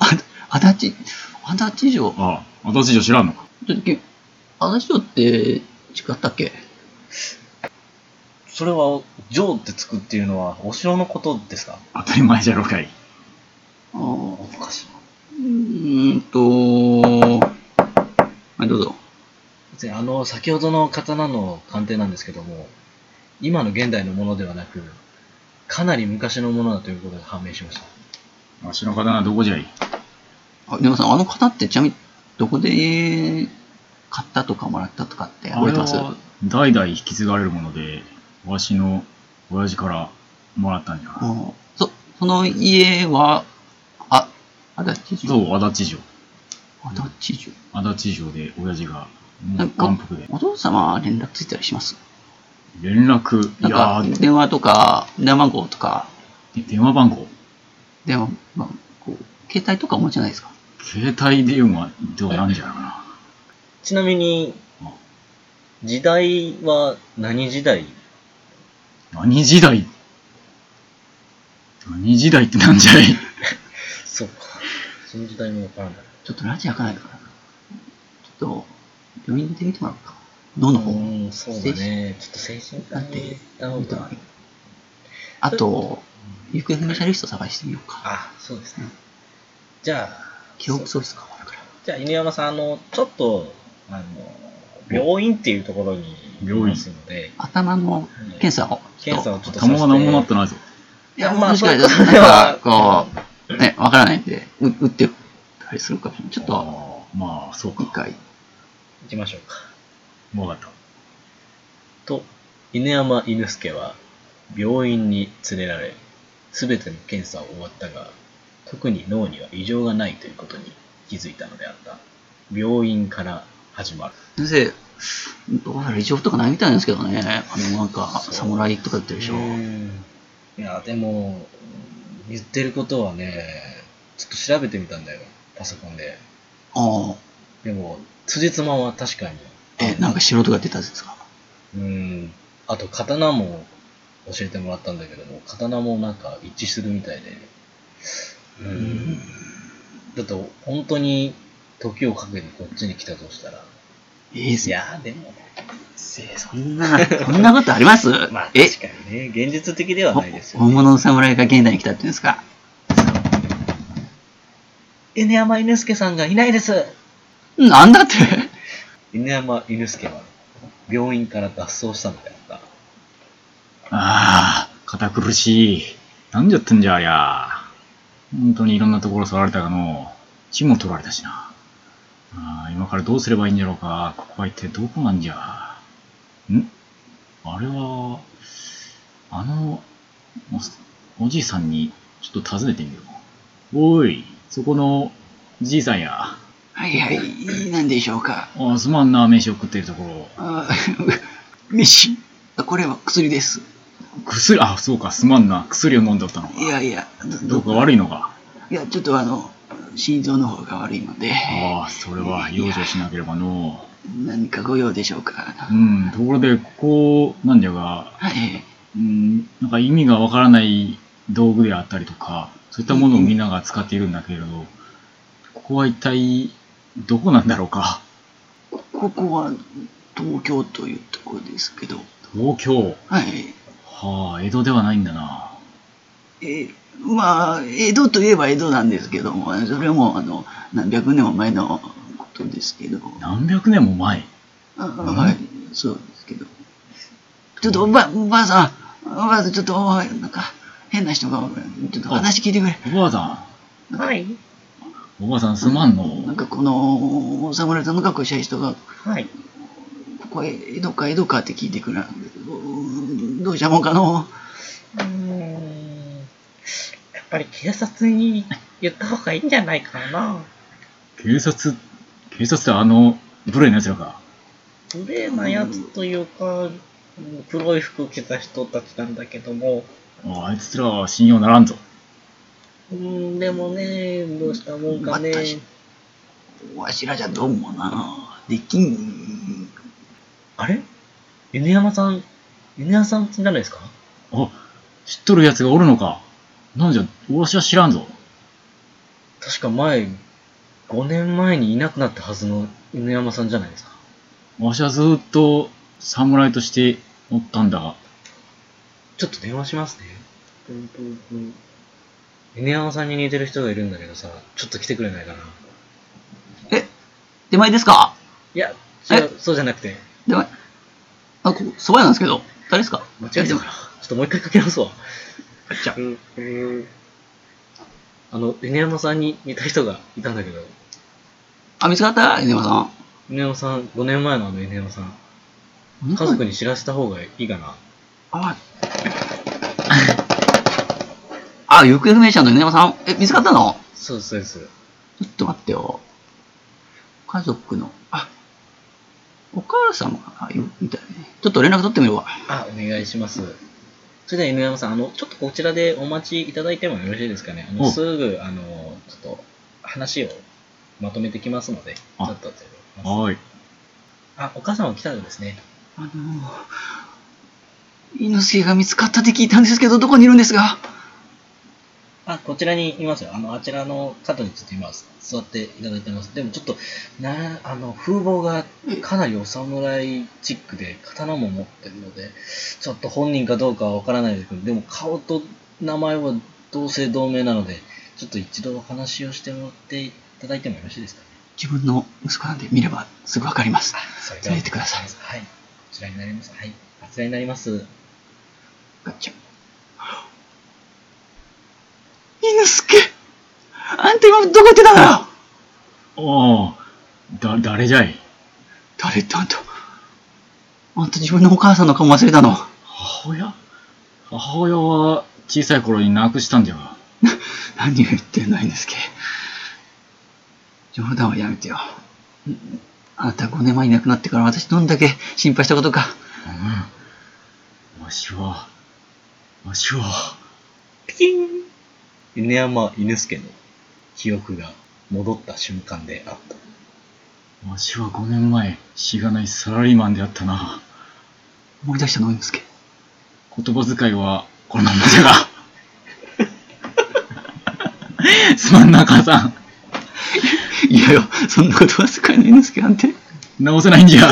Speaker 1: あた、足立、足立城、
Speaker 3: ああ、足立城知らんのか。
Speaker 1: ちょっとき、足立城って違ったっけ
Speaker 2: それは、ジョーってつくっていうのは、お城のことですか
Speaker 3: 当たり前じゃろかい。
Speaker 1: ああ、
Speaker 2: おかしいう
Speaker 1: ーんと、はい、どうぞ。
Speaker 2: 別にあの、先ほどの刀の鑑定なんですけども、今の現代のものではなく、かなり昔のものだということが判明しました。
Speaker 3: わしの刀どこじゃい
Speaker 1: あ稲葉さん、あの方ってちなみにどこで買ったとかもらったとかって覚えてます
Speaker 3: あれは代々引き継がれるもので、わしの親父からもらったんじゃ。
Speaker 1: うんそその家は、あ、足立
Speaker 3: そ
Speaker 1: 城
Speaker 3: う、足立城。
Speaker 1: 足立城
Speaker 3: 足立城で親父が、
Speaker 1: な
Speaker 3: も
Speaker 1: ん
Speaker 3: う
Speaker 1: か
Speaker 3: 眼福で。
Speaker 1: お父様は連絡ついたりします
Speaker 3: 連絡、い
Speaker 1: なん
Speaker 3: や
Speaker 1: か
Speaker 3: ー、
Speaker 1: 電話とか、電話番号とか、
Speaker 3: で電話番号。
Speaker 1: 電話番号、携帯とかお持ちじゃないですか。
Speaker 3: 携帯電話ではなんじゃろうな。
Speaker 2: ちなみに、時代は何時代
Speaker 3: 何時代何時代ってなんじゃい
Speaker 2: そうか。その時代もわからない。
Speaker 1: ちょっとラジ開かないから、ちょっと病院で見てもらおうか。どの方
Speaker 2: うん、そうだね。ちょっと精神科
Speaker 1: だっ
Speaker 2: に
Speaker 1: て
Speaker 2: 行った方
Speaker 1: 見た方
Speaker 2: が
Speaker 1: がいい。あと、行方不明者リスト探してみようか。
Speaker 2: あ、そうですね。じゃあ、
Speaker 1: 記憶喪失かもだから。
Speaker 2: じゃあ、犬山さん、あの、ちょっと、あの、病院っていうところに
Speaker 3: 病院
Speaker 2: いますので、
Speaker 1: 頭の検査を。
Speaker 2: 検査をちょっとさせ
Speaker 3: 玉
Speaker 2: て
Speaker 3: が何もなってないぞ。
Speaker 1: いや、
Speaker 2: まあ
Speaker 1: もしかし
Speaker 2: そ
Speaker 1: た
Speaker 2: れ
Speaker 1: ら、
Speaker 2: は
Speaker 1: こう、ね、わからないんで、う打ってたりするかも。ちょっと、
Speaker 3: あーまあ、そう
Speaker 1: 一
Speaker 3: か。
Speaker 1: 回。
Speaker 2: 行きましょうか。
Speaker 3: わかった。
Speaker 2: と、犬山犬助は、病院に連れられ、すべての検査を終わったが、特に脳には異常がないということに気づいたのであった。病院から始まる。
Speaker 1: 先生、どうやら異常とかないみたいなんですけどね。あの、なんか、
Speaker 2: そう
Speaker 1: 侍とか言ってるでしょ。
Speaker 2: うんいやでも言ってることはねちょっと調べてみたんだよパソコンで
Speaker 1: ああ、
Speaker 2: でも辻褄は確かに
Speaker 1: え、なんか城とか出たやつですか。
Speaker 2: うんあと刀も教えてもらったんだけども刀もなんか一致するみたいでう
Speaker 1: うん
Speaker 2: だと本当に時をかけてこっちに来たとしたら
Speaker 1: ええ
Speaker 2: い
Speaker 1: 先
Speaker 2: やでも
Speaker 1: 生、そんな、そんなことあります
Speaker 2: まあ
Speaker 1: え
Speaker 2: 確かにね現実的ではないですよ
Speaker 1: 本物の侍が現代に来たっていうんですか。
Speaker 2: 犬山犬助さんがいないです
Speaker 1: なんだって
Speaker 2: 犬山犬助は病院から脱走したのであった
Speaker 3: ああ、堅苦しい。なんじゃってんじゃありゃ。本当にいろんなところ触られたがのう、血も取られたしな。ああ、今からどうすればいいんじゃろうか。ここは一体どこなんじゃ。んあれは、あの、おおじいさんにちょっと尋ねてみよう。おい、そこのじいさんや。
Speaker 1: はいはい、なんでしょうか。
Speaker 3: ああ、すまんな、飯を食ってるところ。
Speaker 1: あー 飯これは薬です。
Speaker 3: 薬、あ、そうか、すまんな。薬を飲んでおったのか。
Speaker 1: いやいや、
Speaker 3: どうか悪いのか。
Speaker 1: いや、ちょっとあの、心臓の方が悪いので、
Speaker 3: ああ、それは養生しなければの
Speaker 1: 何かご用でしょう
Speaker 3: う。う
Speaker 1: か。
Speaker 3: ん、ところで、ここ、なんじゃが、
Speaker 1: はい。
Speaker 3: うん、なんか意味がわからない道具であったりとか、そういったものをみんなが使っているんだけれど、ここは一体どこなんだろうか。
Speaker 1: こここは東京というところですけど、
Speaker 3: 東京。
Speaker 1: はい。
Speaker 3: はあ、江戸ではないんだな。
Speaker 1: えーまあ、江戸といえば江戸なんですけども、それもあの何百年も前のことですけど、
Speaker 3: 何百年も前。
Speaker 1: あはい、そうですけど。ちょっとおば、おばあさん、おばあさん、ちょっと、なんか、変な人がおる、ちょっと話聞いてくれ。
Speaker 3: おばあさ
Speaker 2: はい。
Speaker 3: ん。おばあさんすまんの。
Speaker 1: なんかこの、お侍さんの格好した人が、
Speaker 2: はい。
Speaker 1: ここへ江戸か江戸かって聞いてくるんでおどうしたもんかの
Speaker 2: うーん。やっぱり警察に言った方がいいんじゃないかな。
Speaker 3: 警察、警察ってあの、無礼な奴らか。
Speaker 2: グレーなやつというか、黒い服着た人たちなんだけども、
Speaker 3: ああいつらは信用ならんぞ。
Speaker 2: うーん、でもね、どうしたもんかね。
Speaker 1: 私わしらじゃどうもなできん
Speaker 2: あれ犬山さん、犬山さんじゃないですか
Speaker 3: あ、知っとる奴がおるのか。なんじゃ、わしは知らんぞ。
Speaker 2: 確か前、5年前にいなくなったはずの犬山さんじゃないですか。
Speaker 3: わしはずっと侍としておったんだが、
Speaker 2: ちょっと電話しますね。プンプンプン。犬山さんに似てる人がいるんだけどさ、ちょっと来てくれないかな。
Speaker 1: え出前ですか
Speaker 2: いや、
Speaker 1: え
Speaker 2: 違う、そうじゃなくて、
Speaker 1: 出前あここそば屋なんですけど誰ですか
Speaker 2: 間違えたから。ちょっともう一回かけ直すわ。
Speaker 1: じゃあ
Speaker 2: うん、うん。あの、犬山さんに似た人がいたんだけど、
Speaker 1: あ見つかった犬山さん
Speaker 2: 犬山さん、5年前のあの犬山さん、家族に知らせた方がいいかな。
Speaker 1: ああ行方不明者の犬山さんえ見つかったの
Speaker 2: そうです、そうです。
Speaker 1: ちょっと待ってよ。家族の、あ、お母様がいるみたいね。ちょっと連絡取ってみるわ。
Speaker 2: あ、お願いします。それでは犬山さん、あの、ちょっとこちらでお待ちいただいてもよろしいですかね。あの
Speaker 3: お
Speaker 2: すぐ、あの、ちょっと話をまとめてきますので、ちょ
Speaker 3: あ
Speaker 2: っとお待ちいただきます。
Speaker 3: はい。
Speaker 2: あ、お母様来たようですね。
Speaker 1: あのー、猪之助が見つかったって聞いたんですけど、どこにいるんですが。
Speaker 2: あ、こちらにいますよ。あの、あちらの角にちょっと今、座っていただいてます。でもちょっと、な、あの、風貌がかなりお侍チックで、刀も持ってるので、ちょっと本人かどうかはわからないですけど、でも顔と名前は同姓同名なので、ちょっと一度お話をしてもらっていただいてもよろしいですかね。
Speaker 1: 自分の息子なんで見ればすぐわかります。
Speaker 2: それ
Speaker 1: 連れてください。
Speaker 2: はい。こちらになります。はい。あちらになります。
Speaker 1: ガチャ。猪之助あんた今どこ行ってたのよ
Speaker 3: ああ、だ、誰じゃい。
Speaker 1: 誰ってあんた。あんた自分のお母さんの顔忘れたの。
Speaker 3: 母親母親は小さい頃に亡くしたんじゃが。
Speaker 1: 何を言ってんの、ですけ冗談はやめてよ。んあなた5年前に亡くなってから私どんだけ心配したことか。
Speaker 3: うん。わしは、わしは、
Speaker 2: ピキン犬山犬助の記憶が戻った瞬間であった。
Speaker 3: わしは5年前、しがないサラリーマンであったな。
Speaker 1: 思い出したの、ですけ
Speaker 3: 言葉遣いは、このままじゃが。すまんな、母さ
Speaker 1: いやよ、そんなことはすかいの、猪之助なんて。
Speaker 3: ん。直せないんじゃ。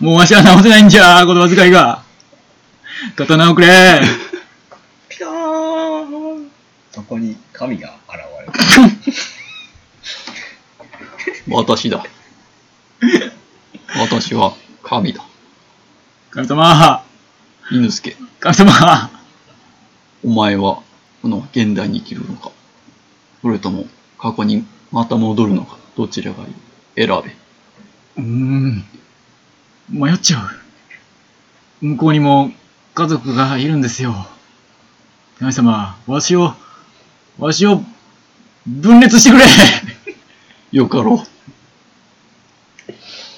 Speaker 3: もうわしは直せないんじゃ、言葉遣いが。刀をくれ。
Speaker 2: ピカーンそこに神が現れた。
Speaker 1: 私だ。私は神だ。
Speaker 3: 神様、
Speaker 1: 猪之助、
Speaker 3: 神様。
Speaker 1: お前はこの現代に生きるのか、それとも過去にまた戻るのか、どちらがいい選べ。
Speaker 3: うーん、迷っちゃう。向こうにも家族がいるんですよ。神様、わしを、わしを分裂してくれ
Speaker 1: よかろ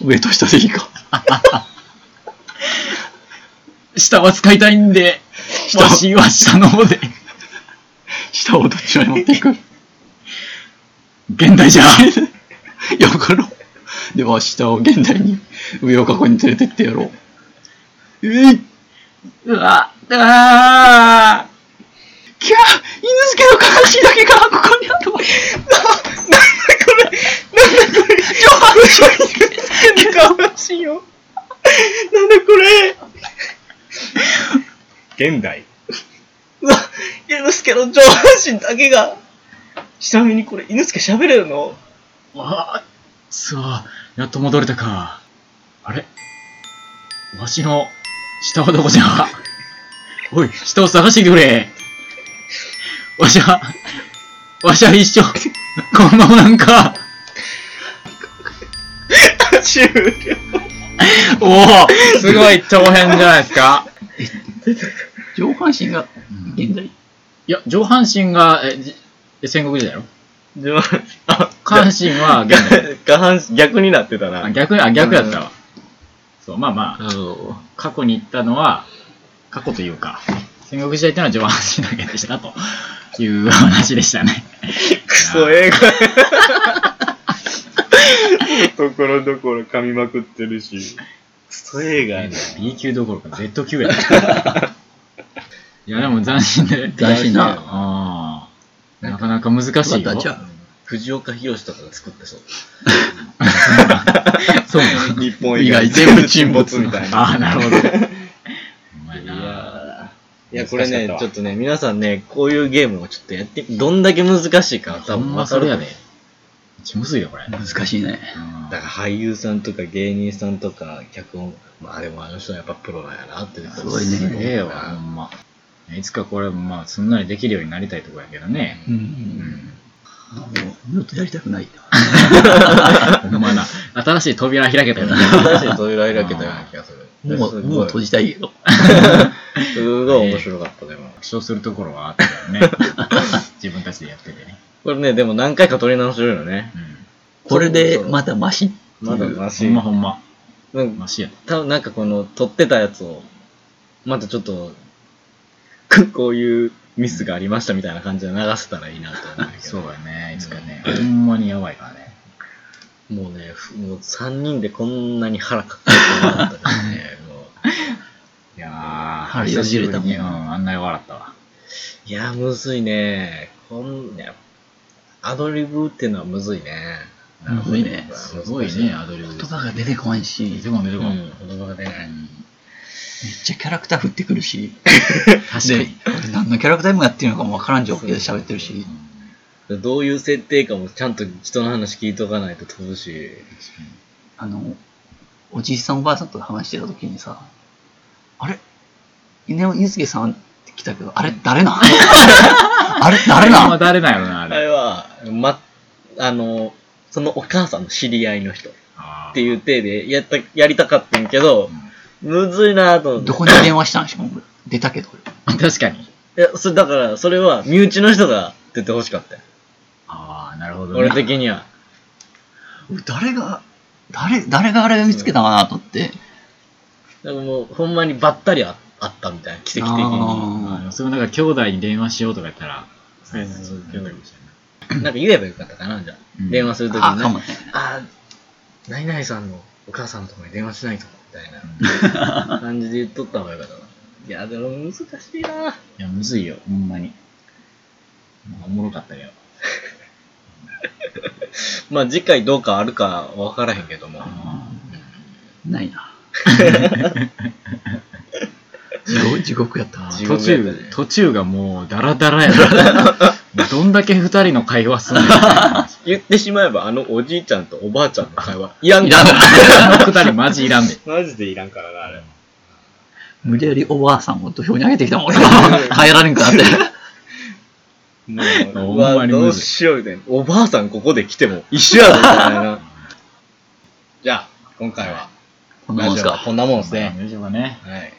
Speaker 1: う。上と下でいいか。
Speaker 3: 下は使いたいんで、
Speaker 1: 下
Speaker 3: わしは下の方で。
Speaker 1: 下をどっちまで持っていく。よ
Speaker 3: 現代じゃ。
Speaker 1: かろう。では下を現代に、上を過去に連れてってやろう。
Speaker 3: ういうわ、ああ
Speaker 1: キャー
Speaker 2: 醤油つけて買うらしいよ。なんだこれ現代。犬助の上半身だけが。ちなみにこれ、犬助喋れるの
Speaker 3: わあ、さあ、やっと戻れたか。あれわしの、下はどこじゃおい、下を探してきてくれ。わしは、わしは一生、このままなんか。
Speaker 2: 終了。
Speaker 3: おお、すごい長編じゃないですか。
Speaker 1: 上半身が
Speaker 3: うんい
Speaker 1: 現代。
Speaker 3: や、上半身が、えじえ、戦国時代よ。
Speaker 2: 上半身あ、
Speaker 3: 下半身は 現代。
Speaker 2: 下半身逆になってたな。
Speaker 3: あ、逆に、あ、逆やったわ。そう、まあまあ、
Speaker 2: そ
Speaker 3: 過去に行ったのは、過去というか、戦国時代っていうのは上半身だけでしたという話でしたね。
Speaker 2: う。クソ映画。ところどころ噛みまくってるし。クソ映画やな。
Speaker 3: B 級どころか Z 級 やった。いや、でも斬新で。
Speaker 1: 斬新な
Speaker 3: ああ。なかなか難しいよ。
Speaker 1: よかったじゃあ
Speaker 2: 藤岡弘とかが作ったそう。
Speaker 3: そうね。
Speaker 2: 日本
Speaker 1: 以外全部沈没
Speaker 2: みたいな。
Speaker 3: ああ、なるほど。お前
Speaker 2: い
Speaker 3: な。
Speaker 2: やーい
Speaker 3: いや
Speaker 2: やこれ
Speaker 3: 難し
Speaker 2: ね
Speaker 3: かったわ
Speaker 2: ちょっとね皆さんねこういうゲームをちょっとやってどんだけ難しいか
Speaker 3: ほ
Speaker 2: 多
Speaker 3: ん
Speaker 2: 分
Speaker 3: ま
Speaker 2: 分
Speaker 3: そ
Speaker 2: か
Speaker 3: れ
Speaker 2: る
Speaker 3: やで。ちむずいよ、これ。
Speaker 1: 難しいね。
Speaker 3: うん
Speaker 2: だから俳優さんとか芸人さんとか脚本まあでもあの人はやっぱプロだよなって
Speaker 1: すごいね
Speaker 3: すげ えよ、
Speaker 2: な
Speaker 3: ほんま。いつかこれ、まあ、すんなりできるようになりたいところやけどね。
Speaker 1: う。
Speaker 3: うんん。
Speaker 1: もう二度とやりたくない。
Speaker 3: ほんまな。新しい扉開けたよね。
Speaker 2: 新しい扉開けたような気がする
Speaker 1: もう、もう閉
Speaker 2: じ
Speaker 1: じたいけど。
Speaker 2: すごい面白かったでも
Speaker 3: 保証するところはあったよ ね。自分たちでやっててね。
Speaker 2: これねでも何回か撮り直してるよね
Speaker 3: うん。
Speaker 1: これでまだマシって
Speaker 2: まだ
Speaker 1: いう。
Speaker 2: マ
Speaker 3: ほ
Speaker 2: シ
Speaker 3: んまほんま。
Speaker 2: なんか
Speaker 3: マシやで。
Speaker 2: 多分なんかこの撮ってたやつをまたちょっと くこういうミスがありましたみたいな感じで流せたらいいなと思うけど
Speaker 3: そうだね、いつかね。ほんまにやばいからね。
Speaker 2: もうね、ふもう3人でこんなに腹かかってなかったからね、も
Speaker 3: いやー、
Speaker 1: 腹よじれたもん
Speaker 3: 久しぶりにうん、あんなに笑ったわ。
Speaker 2: う。いや、むずいね。こんね、アドリブっていうのはむずいね。
Speaker 1: むずいね
Speaker 3: すごいね、アドリブ。
Speaker 1: 言葉が出てこないし、め
Speaker 3: 出
Speaker 1: って
Speaker 3: こん出て
Speaker 2: う
Speaker 3: こん。
Speaker 2: ん、言葉が出ない。
Speaker 1: ちゃキャラクター振ってくるし、
Speaker 3: 確か
Speaker 1: で
Speaker 3: に。、
Speaker 1: 何のキャラクターもやってるのかもわからん状況で喋ってるし、
Speaker 2: どういう設定かもちゃんと人の話聞いとかないと飛ぶし。
Speaker 1: あの、おじいさんおばあさんと話してた時にさ、あれ稲尾祐介さんって来たけど、あれ誰 なんあれ誰
Speaker 3: ほんま
Speaker 1: なん
Speaker 3: 誰なんやろな、あ
Speaker 2: あれ
Speaker 3: れ。
Speaker 2: は、ま、あの、そのお母さんの知り合いの人っ
Speaker 3: あー
Speaker 2: ていう体でやったやりたかったんけど、むずいなと思って。
Speaker 1: どこに電話したんしかも出たけど。
Speaker 3: うん 確かに。
Speaker 2: いや、それだから、それは身内の人が出てほしかったよ。
Speaker 3: ああ、なるほどね。
Speaker 2: 俺的には。
Speaker 1: 誰が、誰、誰があれ見つけたかなと思って。
Speaker 2: だからもう、ほんまにばったりああったみたいな、奇跡的に。
Speaker 3: あ
Speaker 1: あ
Speaker 3: のそれもなんか兄弟に電話しようとか言ったら、
Speaker 2: そうそうそう
Speaker 3: 出てくるかもしれない
Speaker 2: なんか言えばよかったかな、じゃあ。
Speaker 3: うん
Speaker 2: 電話するとき
Speaker 1: ーあ、
Speaker 2: に
Speaker 1: かも
Speaker 2: ね。
Speaker 1: ね。
Speaker 2: あー、何々さんのお母さんのところに電話しないと、みたいな感じで言っとった方がよかったな。いや、でも難しいな。
Speaker 3: いや、むずいよ、ほんまに。まあおもろかったけど。
Speaker 2: まあ、次回どうかあるかわからへんけども。
Speaker 1: ないな。 地獄地獄やったな。
Speaker 2: 地
Speaker 3: 途
Speaker 2: 獄やったね
Speaker 3: 中、途中がもうダラダラやな。 どんだけ二人の会話 すんのあ
Speaker 2: 言ってしまえば、あのおじいちゃんとおばあちゃんの会話、いらん
Speaker 1: い
Speaker 2: か
Speaker 1: ん
Speaker 2: らら。
Speaker 1: わ
Speaker 3: の二人マジいらんで。
Speaker 2: マジでいらんからな、あれ。
Speaker 1: 無理やりおばあさんを土俵に上げてきたもん、俺 は。帰られんくなって。
Speaker 2: も
Speaker 3: ほ
Speaker 2: う、
Speaker 3: ん
Speaker 2: うわ
Speaker 3: まにむ
Speaker 2: ど
Speaker 3: ずい
Speaker 2: うしようみたいな。おばあさんここで来ても一緒やぞみたいな。 じゃあ、今回は、
Speaker 1: こんなもんす
Speaker 2: ラジオは
Speaker 1: か。
Speaker 2: こんなもんです
Speaker 3: 大
Speaker 2: ね。
Speaker 3: 丈夫ね。
Speaker 2: はい。
Speaker 3: はい。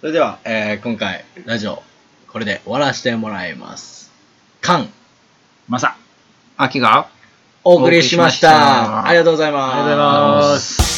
Speaker 2: それでは、えー今回、ラジオ、これで終わらせてもらいます。カン、
Speaker 3: まさ。
Speaker 1: 秋が
Speaker 2: お送りしました。
Speaker 1: お送りしました
Speaker 2: ありがとうございます。
Speaker 3: ありがとうございます。